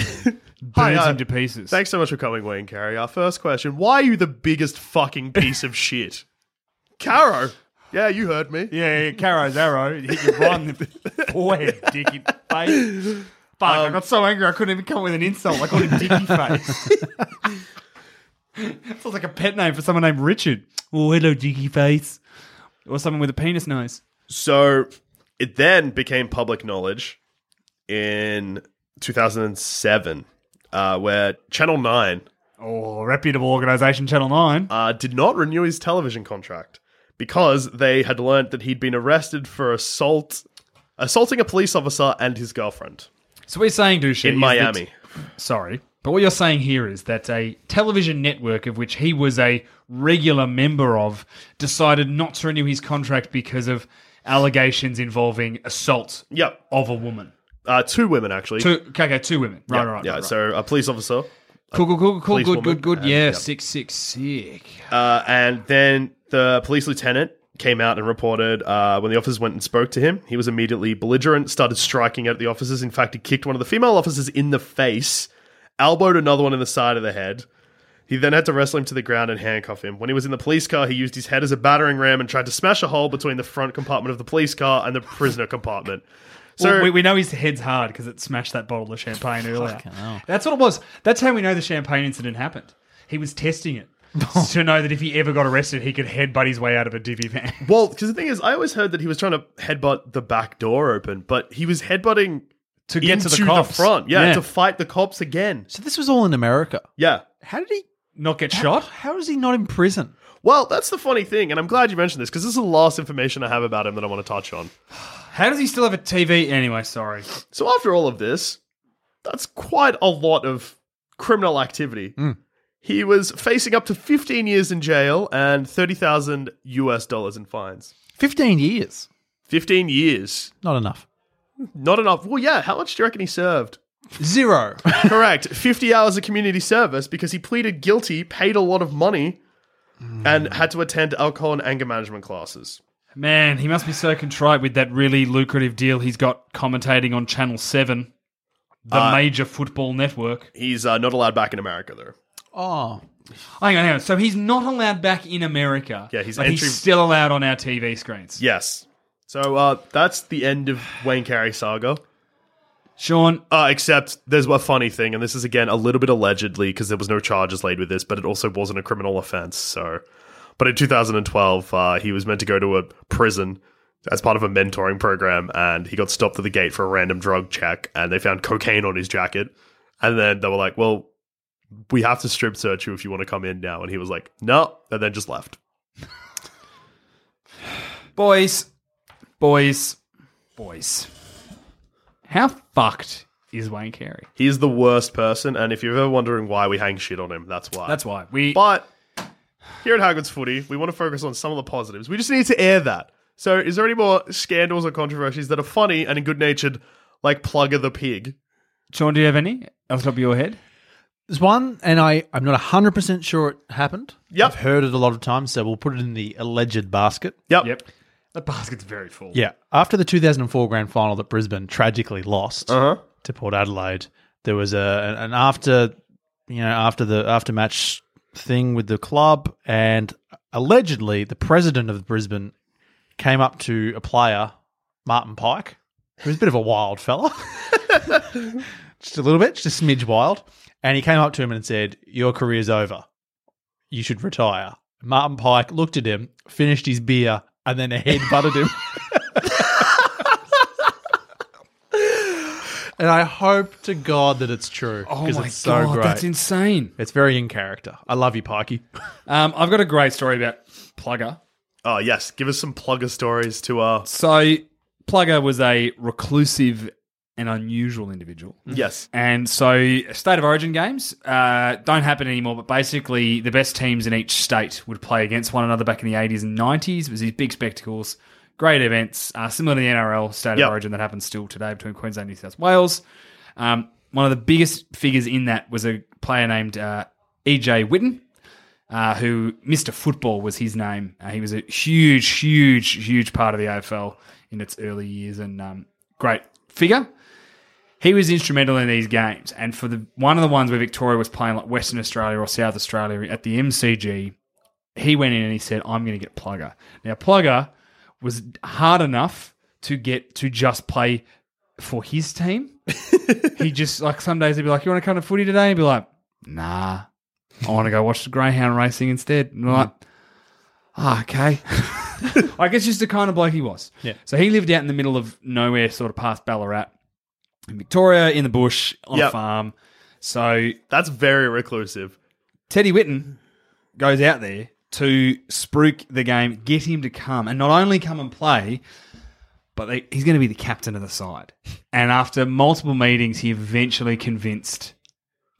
Hi,
Burns
uh,
him to pieces.
Thanks so much for coming, Wayne Carey. Our first question Why are you the biggest fucking piece of shit? Caro. Yeah, you heard me.
Yeah, yeah, Caro's arrow. It hit you right in the forehead, dicky face. Fuck, I got so angry I couldn't even come up with an insult. I called him dicky face. Sounds like a pet name for someone named Richard. Oh, hello, dicky face. Or someone with a penis nose.
So it then became public knowledge in 2007, uh, where Channel 9
Oh, reputable organisation, Channel 9.
uh, did not renew his television contract because they had learned that he'd been arrested for assault, assaulting a police officer and his girlfriend
So we're saying, Dushi,
in Miami.
sorry, but what you're saying here is that a television network of which he was a regular member of decided not to renew his contract because of allegations involving assault
Yep.
of a woman.
Uh, two women, actually.
Two, okay, okay, two women. Right, right, right.
Yeah,
right.
so a police officer.
cool, cool, cool, cool.
police
Good,
woman uh,
good, good.
and-
Yeah,
yep.
six, six, sick.
Uh, and then the police lieutenant came out and reported uh, when the officers went and spoke to him, he was immediately belligerent, started striking at the officers. In fact, he kicked one of the female officers in the face, elbowed another one in the side of the head. He then had to wrestle him to the ground and handcuff him. When he was in the police car, he used his head as a battering ram and tried to smash a hole between the front compartment of the police car and the prisoner compartment. So
well, we, we know his head's hard because it smashed that bottle of champagne earlier. That's what it was. That's how we know the champagne incident happened. He was testing it to know that if he ever got arrested, he could headbutt his way out of a divvy van.
Well, because the thing is, I always heard that he was trying to headbutt the back door open, but he was headbutting
To get to the
into
cops.
front, yeah,
Yeah.
to fight the cops again.
So this was all in America.
Yeah.
How did he
Not get
shot?
shot?
How is he not in prison?
Well, that's the funny thing, and I'm glad you mentioned this because this is the last information I have about him that I want to touch on.
How does he still have a TV? Anyway, sorry.
So after all of this, that's quite a lot of criminal activity.
Mm.
He was facing up to 15 years in jail and 30,000 US dollars in fines.
15 years.
15 years.
Not enough.
Not enough. Well, yeah, how much do you reckon he served?
Zero.
Correct. 50 hours of community service because he pleaded guilty, paid a lot of money, and had to attend alcohol and anger management classes.
Man, he must be so contrite with that really lucrative deal he's got commentating on Channel 7, the
Uh,
major football network.
He's uh, not allowed back in America, though.
oh.
Hang on, hang on. So he's not allowed back in America.
Yeah, he's
but
entry-
he's still allowed on our TV screens.
Yes. So uh, that's the end of Wayne Carey saga.
Sean,
Uh, except there's a funny thing, and this is again a little bit allegedly because there was no charges laid with this, but it also wasn't a criminal offense. So, but in 2012, uh, he was meant to go to a prison as part of a mentoring program, and he got stopped at the gate for a random drug check, and they found cocaine on his jacket, and then they were like, "Well, we have to strip search you if you want to come in now. And he was like, no, and then just left.
Boys, boys, boys. How fucked is Wayne Carey?
He's the worst person, and if you're ever wondering why we hang shit on him, that's why.
That's why we.
Uh, But here at Hagrid's Footy, we want to focus on some of the positives. We just need to air that. So, is there any more scandals or controversies that are funny and good natured, like Plugger the Pig?
Sean, do you have any off the top of your head?
There's one, and I, I'm not 100% sure it happened.
Yep.
I've heard it a lot of times, so we'll put it in the alleged basket.
Yep.
The basket's very full.
Yeah. After the 2004 grand final that Brisbane tragically lost to Port Adelaide, there was a an after you know after the after match thing with the club, and allegedly the president of Brisbane came up to a player, Martin Pike, who's a bit of a wild fella, just a little bit, just a smidge wild, and he came up to him and said, "Your career's over. You should retire." Martin Pike looked at him, finished his beer, and then headbutted him. And I hope to God that it's true
Oh
because
my
it's so
god,
great.
that's insane.
it's very in character. I love you, Pikey.
Um, I've got a great story about Plugger.
Oh, yes. Give us some Plugger stories to, uh,
So Plugger was a reclusive and unusual individual.
yes.
And so, state of origin games uh, don't happen anymore. But basically, the best teams in each state would play against one another back in the eighties and nineties. It was these big spectacles, great events, uh, similar to the NRL state
Yep.
of origin that happens still today between Queensland and New South Wales. Um, one of the biggest figures in that was a player named uh, EJ Witten uh, who Mr. Football was his name. Uh, he was a huge, huge, huge part of the AFL in its early years and um, great figure. He was instrumental in these games, and for the one of the ones where Victoria was playing like Western Australia or South Australia at the MCG, he went in and he said, "I'm going to get Plugger." Now Plugger was hard enough to get to just play for his team. he just like some days he'd be like, "You want to come to footy today?" He'd be like, "Nah." I want to go watch the greyhound racing instead. And I'm like, ah, okay. I guess just the kind of bloke he was.
Yeah.
So he lived out in the middle of nowhere, sort of past Ballarat, in Victoria, in the bush, on
Yep.
a farm. So
That's very reclusive.
Teddy Whitten goes out there to spruik the game, get him to come, and not only come and play, but they, he's going to be the captain of the side. And after multiple meetings, he eventually convinced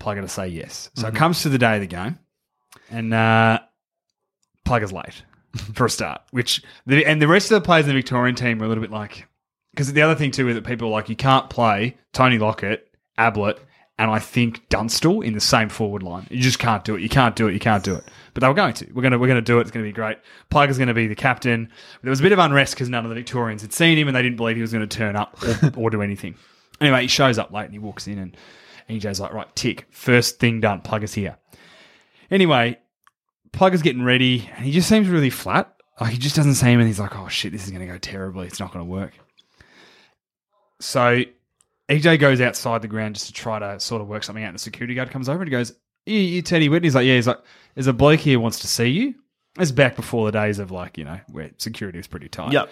Plugger to say yes. So it comes to the day of the game, and uh, Plugger's late for a start. Which the, and the rest of the players in the Victorian team were a little bit like because the other thing too is that people are like you can't play Tony Lockett, Ablett, and I think Dunstall in the same forward line. You just can't do it. You can't do it. You can't do it. But they were going to. We're gonna we're gonna do it. It's gonna be great. Plugger's gonna be the captain. There was a bit of unrest because none of the Victorians had seen him and they didn't believe he was gonna turn up or, or do anything. Anyway, he shows up late and he walks in and EJ's like, right, tick, first thing done. Plugger's here. Anyway, Plugger's getting ready and he just seems really flat. Like he just doesn't seem and he's like, oh shit, this is gonna go terribly. It's not gonna work. So EJ goes outside the ground just to try to sort of work something out. And the security guard comes over and he goes, you, you Teddy Whitney. He's like, yeah. He's like, there's a bloke here who wants to see you. It's back before the days of like, you know, where security was pretty tight.
Yep.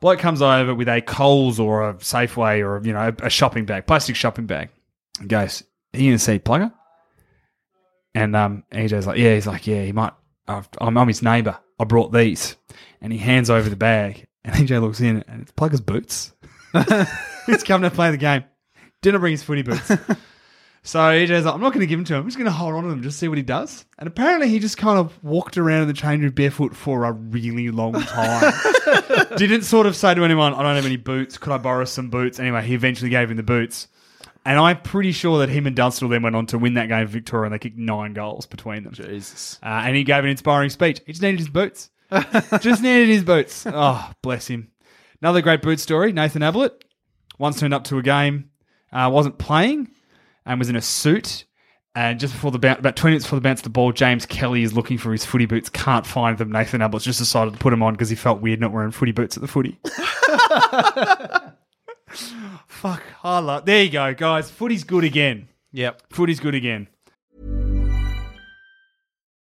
Bloke comes over with a Coles or a Safeway or, you know, a shopping bag, plastic shopping bag. And goes, are you going to see Plugger? And um, EJ's like, yeah. He's like, yeah, he might. I've, I'm, I'm his neighbor. I brought these. And he hands over the bag. And EJ looks in and it's Plugger's boots. He's come to play the game. Didn't bring his footy boots. so EJ's like, I'm not going to give them to him. I'm just going to hold on to them, just see what he does. And apparently, he just kind of walked around in the change room barefoot for a really long time. Didn't sort of say to anyone, I don't have any boots. Could I borrow some boots? Anyway, he eventually gave him the boots. And I'm pretty sure that him and Dunstall then went on to win that game for Victoria and they kicked nine goals between them.
Jesus.
Uh, and he gave an inspiring speech. He just needed his boots. just needed his boots. Oh, bless him. Another great boot story Nathan Ablett once turned up to a game, uh, wasn't playing, and was in a suit. And just before the bounce, about 20 minutes before the bounce of the ball, James Kelly is looking for his footy boots, can't find them. Nathan Ablett's just decided to put them on because he felt weird not wearing footy boots at the footy. Fuck, I love. There you go, guys. Footy's good again.
Yep.
Footy's good again.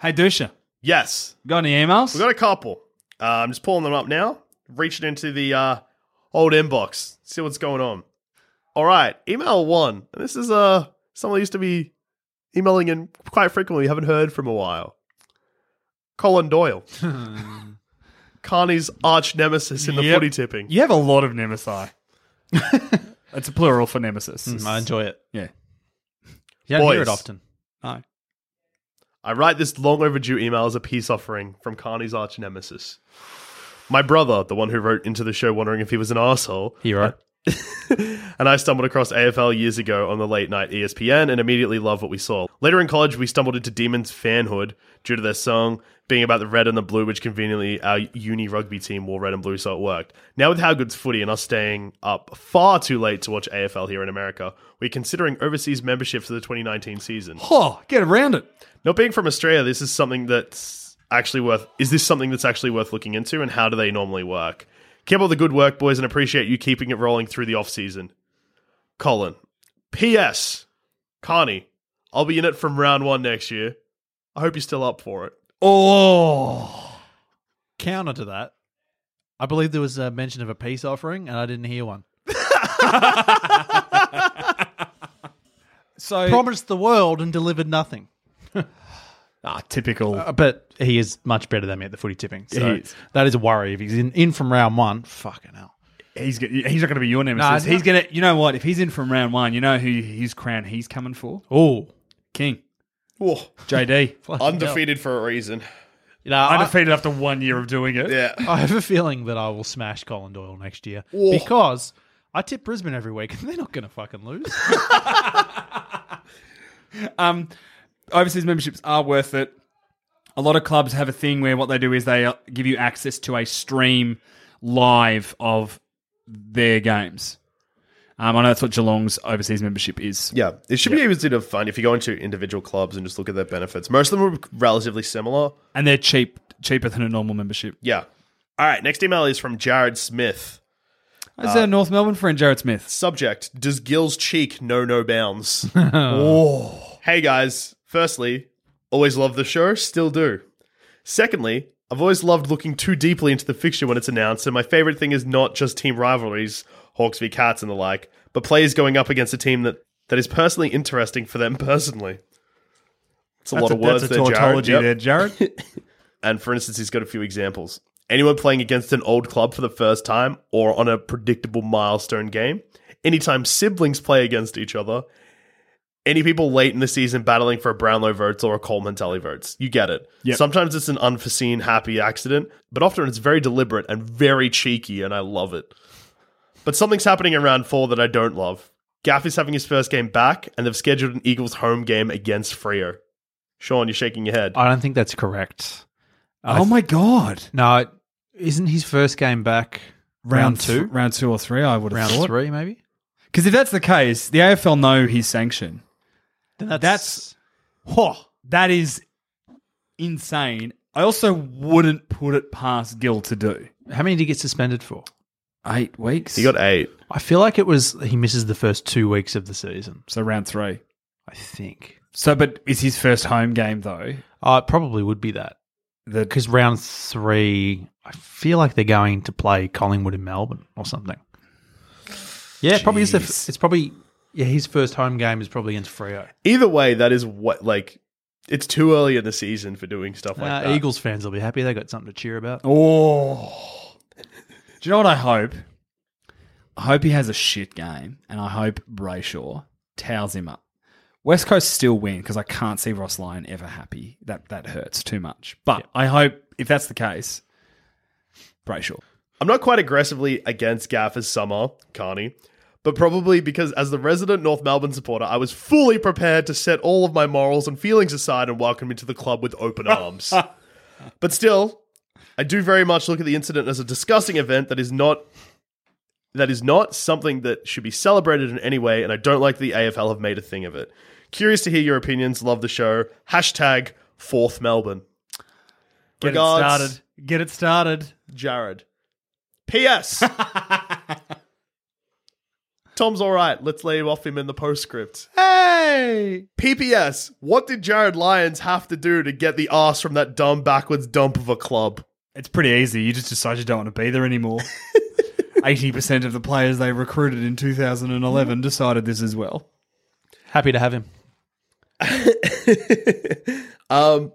Hey, Dusha,
Yes,
got any emails?
we got a couple. Uh, I'm just pulling them up now, reaching into the uh, old inbox, see what's going on. All right, email one. And this is uh, someone who used to be emailing in quite frequently, haven't heard from a while. Colin Doyle. Carney's arch nemesis in the
Yep.
footy tipping.
you have a lot of nemesis. That's a plural for nemesis.
Mm, I enjoy it.
Yeah.
You don't hear it
Boys.
often.
No.
I write this long overdue email as a peace offering from Carney's arch nemesis. My brother, the one who wrote into the show wondering if he was an asshole,
Hero.
and I stumbled across AFL years ago on the late night E ESPN and immediately loved what we saw. Later in college, we stumbled into Demons fanhood due to their song being about the red and the blue, which conveniently our uni rugby team wore red and blue, so it worked. Now, with how good's footy and us staying up far too late to watch AFL here in America, we're considering overseas membership for the 2019 season.
Uh,
Oh, get around it.
Not being from Australia, this is something that's actually worth. Is this something that's actually worth looking into, and how do they normally work? Keep up the good work, boys, and appreciate you keeping it rolling through the off season. Colin, P.S. Carney, I'll be in it from round one next year. I hope you're still up for it.
Oh. Counter to that, I believe there was a mention of a peace offering, and I didn't hear one.
So uh,
Promised the world and delivered nothing.
ah, typical.
Uh, but he is much better than me at the footy tipping. So
He is.
that is a worry. If he's in, in from round one, fucking hell.
he's go- he's not going to be your
Nah,
nemesis.
it's
he's
not-
going to. You know what? If he's in from round one, you know who his crown he's coming for.
Oh,
King
Whoa,
JD
undefeated for a reason.
You know, I,
undefeated after one year of doing it.
Yeah.
I have a feeling that I will smash Colin Doyle next year
Whoa.
because I tip Brisbane every week and they're not going to fucking lose.
Um, overseas memberships are worth it. A lot of clubs have a thing where what they do is they uh, give you access to a stream live of their games. Um, I know that's what Geelong's overseas membership is.
Yeah, it should be easy to find if you go into individual clubs and just look at their benefits. Most of them are relatively similar.
and they're cheap, cheaper than a normal membership.
Yeah. All right, next email is from Jared Smith.
Is our North Melbourne friend Jared Smith?
Subject: Does Gill's cheek know no bounds? Oh. Hey guys, firstly, always love the show, still do. Secondly, I've always loved looking too deeply into the fixture when it's announced, and my favorite thing is not just team rivalries, Hawks v Cats and the like, but players going up against a team that, that is personally interesting for them personally. It's a lot of words there, Jared. Yep.
there, Jared.
And for instance, he's got a few examples. Anyone playing against an old club for the first time or on a predictable milestone game. Anytime siblings play against each other. Any people late in the season battling for a Brownlow votes or a Coleman Tully votes. You get it.
Yep.
Sometimes it's an unforeseen happy accident, but often it's very deliberate and very cheeky, and I love it. But something's happening in round four that I don't love. Gaff is having his first game back, and they've scheduled an Eagles home game against Freo. Sean, you're shaking your head.
I don't think that's correct. I
oh
th-
my god!
No, it- isn't his first game back round, two?
th- round two or three. I would have
round
thought.
three, maybe?
Because if that's the case, the AFL know his sanction. That's- Whoa, that is insane. I also wouldn't put it past Gill to do
that's- how many did he get suspended for?
eight weeks.
He got eight.
I feel like it was he misses the first two weeks of the season.
so round three.
I think
So, but it's his first home game though.
uh, it probably would be that
The
because round three, I feel like they're going to play Collingwood in Melbourne or something. Yeah, it probably is. The,
Jeez.
f- it's probably yeah. His first home game is probably against Freo.
Either way, that is what like it's too early in the season for doing stuff like
Uh,
that.
Eagles fans will be happy. They got something to cheer about.
Oh. Do you know what I hope? I hope he has a shit game, and I hope Brayshaw towels him up. West Coast still win because I can't see Ross Lyon ever happy. That that hurts too much. But I hope if that's the case, Brayshaw.
I'm not quite aggressively against Gaff as Summer Carney, but probably because as the resident North Melbourne supporter, I was fully prepared to set all of my morals and feelings aside and welcome him to the club with open arms. but still, I do very much look at the incident as a disgusting event that is not that is not something that should be celebrated in any way, and I don't like that the AFL have made a thing of it. Curious to hear your opinions. Love the show. Hashtag Fourth Melbourne.
Get
Regards.
it started. Get it started.
Jared. P.S. Tom's all right. Let's leave off him in the postscript.
Hey.
P.P.S. What did Jared Lyons have to do to get the ass from that dumb backwards dump of a club?
It's pretty easy. You just decide you don't want to be there anymore. 80% of the players they recruited in 2011 decided this as well.
Happy to have him.
um,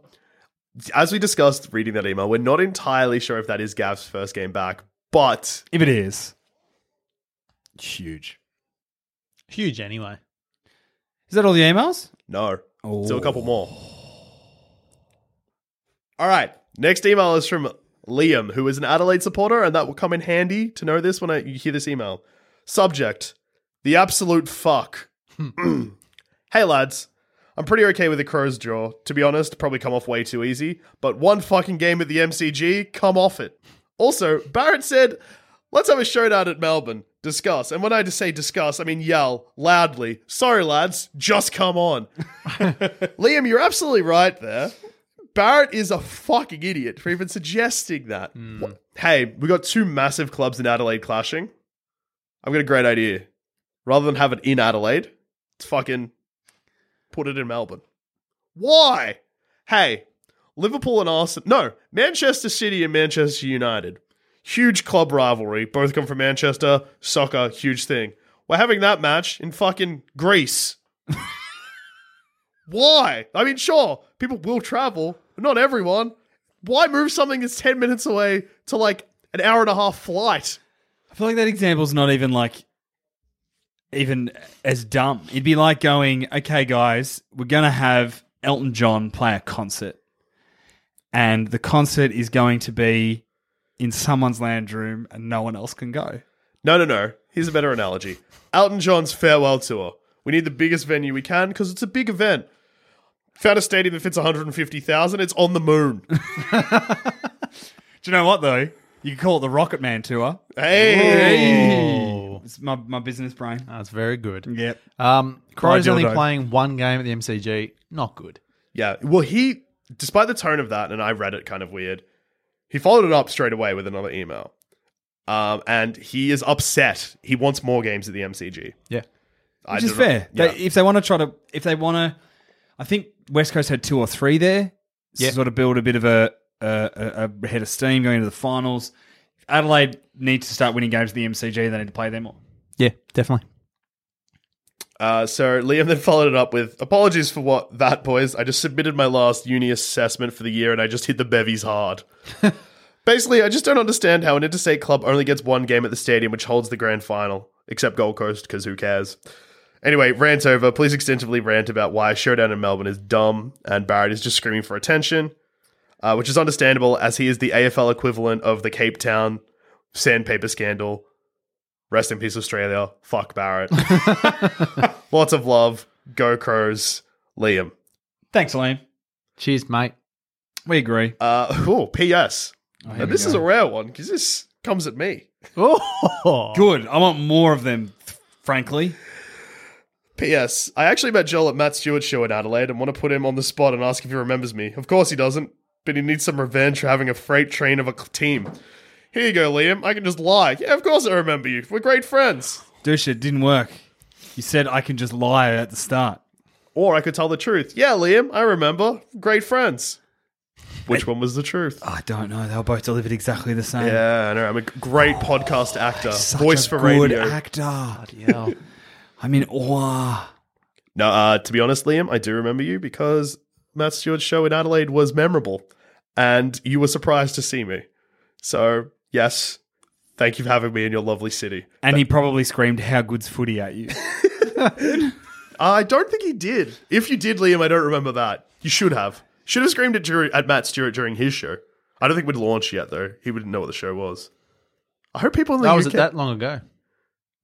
as we discussed reading that email, we're not entirely sure if that is Gav's first game back, but
If it is, huge.
Huge anyway.
Is that all the emails?
no.
Oh.
Still a couple more. All right. Next email is from Liam, who is an Adelaide supporter, and that will come in handy to know this when I, you hear this email. Subject The absolute fuck. hey, lads. I'm pretty okay with the crow's jaw. To be honest, probably come off way too easy, but one fucking game at the MCG, come off it. Also, Barrett said, let's have a showdown at Melbourne. Discuss. And when I just say discuss, I mean yell loudly. Sorry, lads, just come on. Liam, you're absolutely right there. Barrett is a fucking idiot for even suggesting that. What- Hey, we got two massive clubs in Adelaide clashing. I've got a great idea. Rather than have it in Adelaide, let's fucking put it in Melbourne. Why? Hey, Liverpool and Arsenal. No, Manchester City and Manchester United. Huge club rivalry. Both come from Manchester. Soccer, huge thing. We're having that match in fucking Greece. Why? I mean, sure, people will travel, but not everyone. Why move something that's 10 minutes away to like an hour and a half flight?
I feel like that example's not even like even as dumb. It'd be like going, okay, guys, we're gonna have Elton John play a concert, and the concert is going to be in someone's lounge room, and no one else can go.
No, no, no. Here's a better analogy Elton John's farewell tour. We need the biggest venue we can because it's a big event. Found a stadium that fits 150,000, it's on the moon.
Do you know what though? You could call it the Rocket Man tour.
Hey!
It's my my business brain.
That's very good.
Yep.
Um, Crow's
My
only
dildo.
playing one game at the MCG. Not good.
Yeah. Well, he, despite the tone of that, and I read it kind of weird, he followed it up straight away with another email. Um, and he is upset. He wants more games at the MCG.
Yeah.
I
Which is
don't know-
fair.
Yeah.
They, if they want to try to, if they want to, I think West Coast had two or three there.
Yeah.
Sort of build a bit of a, a, a, a head of steam going into the finals. Adelaide needs to start winning games at the MCG. They need to play them more.
Yeah, definitely.
Uh, so Liam then followed it up with apologies for what that, boys. I just submitted my last uni assessment for the year and I just hit the bevies hard. Basically, I just don't understand how an interstate club only gets one game at the stadium, which holds the grand final, except Gold Coast, because who cares? Anyway, rant over. Please extensively rant about why Showdown in Melbourne is dumb and Barrett is just screaming for attention, uh, which is understandable as he is the AFL equivalent of the Cape Town sandpaper scandal. Rest in peace, Australia. Fuck Barrett. Lots of love. Go Crows. Liam.
Thanks, Liam.
Cheers, mate.
We agree.
Uh, oh, P.S. Now,
Oh, we
this
go.
is a rare one because this comes at me.
Oh,
Good. I want more of them, th- frankly.
P.S. I actually met Joel at Matt Stewart's show in Adelaide and want to put him on the spot and ask if he remembers me. Of course he doesn't, but he needs some revenge for having a freight train of a c- team. Here you go, Liam. I can just lie. Yeah, of course I remember you. We're great friends.
Dusha, it didn't work. You said I can just lie at the start.
Or I could tell the truth. Yeah, Liam, I remember. Great friends. Which one was the truth?
I Oh, don't know. They were both delivered exactly the same.
Yeah, I know. I'm a g- great podcast actor.
Such
Voice
a
for
good
radio.
actor. I'm in awe.
No, uh, to be honest, Liam, I do remember you because Matt Stewart's show in Adelaide was memorable, and you were surprised to see me. So yes, thank you for having me in your lovely city.
And he probably screamed, "How good's footy at you?"
I don't think he did. If you did, Liam, I don't remember that. You should have. Should have screamed at, dur- at Matt Stewart during his show. I don't think we'd launch yet, though. He wouldn't know what the show was. I hope people in the
that
UK.
was it that long ago.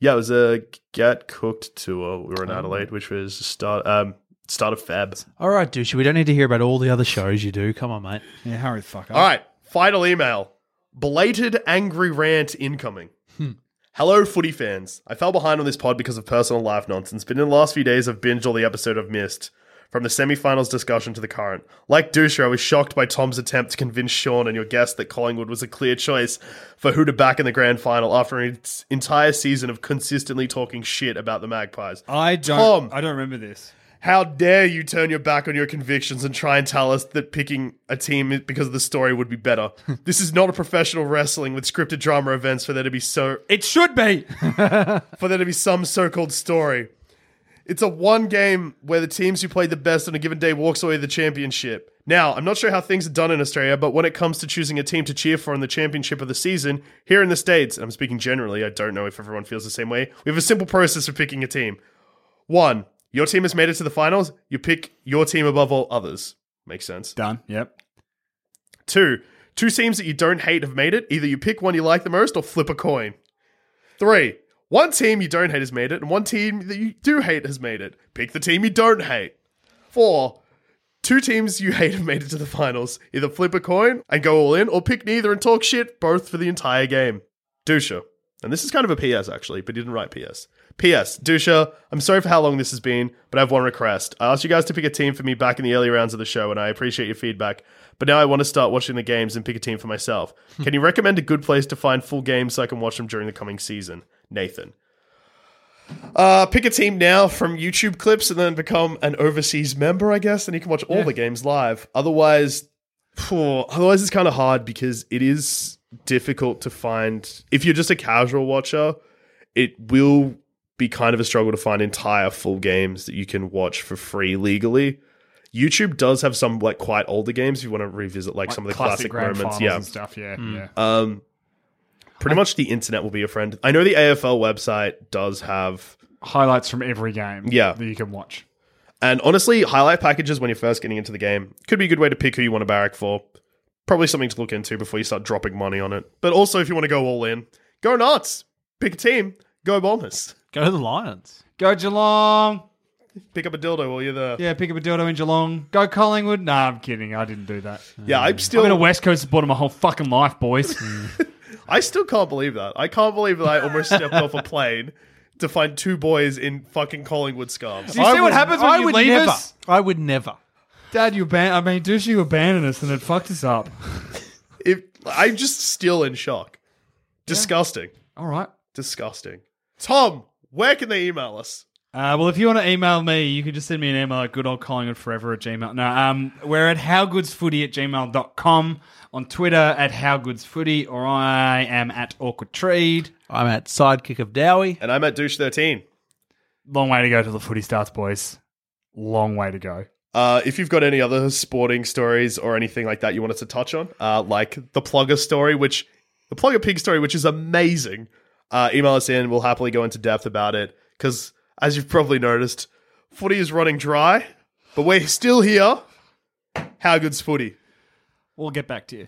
Yeah, it was a Get Cooked tour. We
Oh.
were in Adelaide, which was start um start of Feb.
All right, douchey. We don't need to hear about all the other shows you do. Come on, mate.
Yeah, hurry the fuck up.
All right, final email. Belated angry rant incoming.
Hmm.
Hello, footy fans. I fell behind on this pod because of personal life nonsense, but in the last few days, I've binged all the episode I've missed. From the semi-finals discussion to the current. Like Dusha, I was shocked by Tom's attempt to convince Sean and your guest that Collingwood was a clear choice for who to back in the grand final after an its entire season of consistently talking shit about the Magpies.
I don't.
Tom.
I don't remember this.
How dare you turn your back on your convictions and try and tell us that picking a team because of the story would be better? this is not a professional wrestling with scripted drama events for there to be so
It should be.
for there to be some so-called story. It's a one game where the teams who played the best on a given day walks away with the championship. Now, I'm not sure how things are done in Australia, but when it comes to choosing a team to cheer for in the championship of the season, here in the States, and I'm speaking generally, I don't know if everyone feels the same way, we have a simple process for picking a team. One, your team has made it to the finals, you pick your team above all others. Makes sense.
Done. Yep.
Two, two teams that you don't hate have made it. Either you pick one you like the most or flip a coin. Three, one team you don't hate has made it, and one team that you do hate has made it. Pick the team you don't hate. Four, two teams you hate have made it to the finals. Either flip a coin and go all in, or pick neither and talk shit both for the entire game. Dusha. And this is kind of a PS actually, but he didn't write PS. PS, Dusha, I'm sorry for how long this has been, but I have one request. I asked you guys to pick a team for me back in the early rounds of the show, and I appreciate your feedback, but now I want to start watching the games and pick a team for myself. Can you recommend a good place to find full games so I can watch them during the coming season? Nathan. Uh, pick a team now from YouTube clips and then become an overseas member, I guess, and you can watch all the games live. Otherwise, Phew, otherwise it's kind of hard because it is difficult to find if you're just a casual watcher it will be kind of a struggle to find entire full games that you can watch for free legally youtube does have some like quite older games if you want to revisit like, some of the classic,
grand
moments
finals
yeah
and stuff. Yeah, yeah.
um pretty much the internet will be your friend i know the afl website does have
Highlights from every game.
Yeah.
that you can watch.
And honestly, highlight packages when you're first getting into the game could be a good way to pick who you want to barrack for. Probably something to look into before you start dropping money on it. But also, if you want to go all in, go nuts. Pick a team. Go Bombers.
Go to the Lions.
Go Geelong.
Pick up a dildo while you're there. Yeah,
Yeah, pick up a dildo in Geelong. Go Collingwood. Nah, I'm kidding. I didn't do that.
I'm
I've
still,
been a West Coast supporter my whole fucking life, boys.
I still can't believe that. I can't believe that I almost stepped off a plane to find two boys in fucking Collingwood scarves.
Do you see what happens when you leave
never,
us?
I would never.
Dad, you ban. I mean, Dushi, you abandoned us and it fucked us up.
If, I'm just still in shock. Disgusting.
All right.
Disgusting. Tom, where can they email us?
Uh, well, if you want to email me, you can just send me an email at goodoldcollingwoodforever at gmail. No, um, we're at howgoodsfooty at gmail.com, on Twitter at howgoodsfooty, or I am at awkwardtreed.
I'm at sidekick of Dowie.
And I'm at douche13.
Long way to go till the footy starts, boys. Long way to go.
Uh, if you've got any other sporting stories or anything like that you want us to touch on, uh, like the Plugger story, which the Plugger Pig story, which is amazing, uh, email us in. We'll happily go into depth about it because, as you've probably noticed, footy is running dry, but we're still here. How good's footy?
We'll get back to you.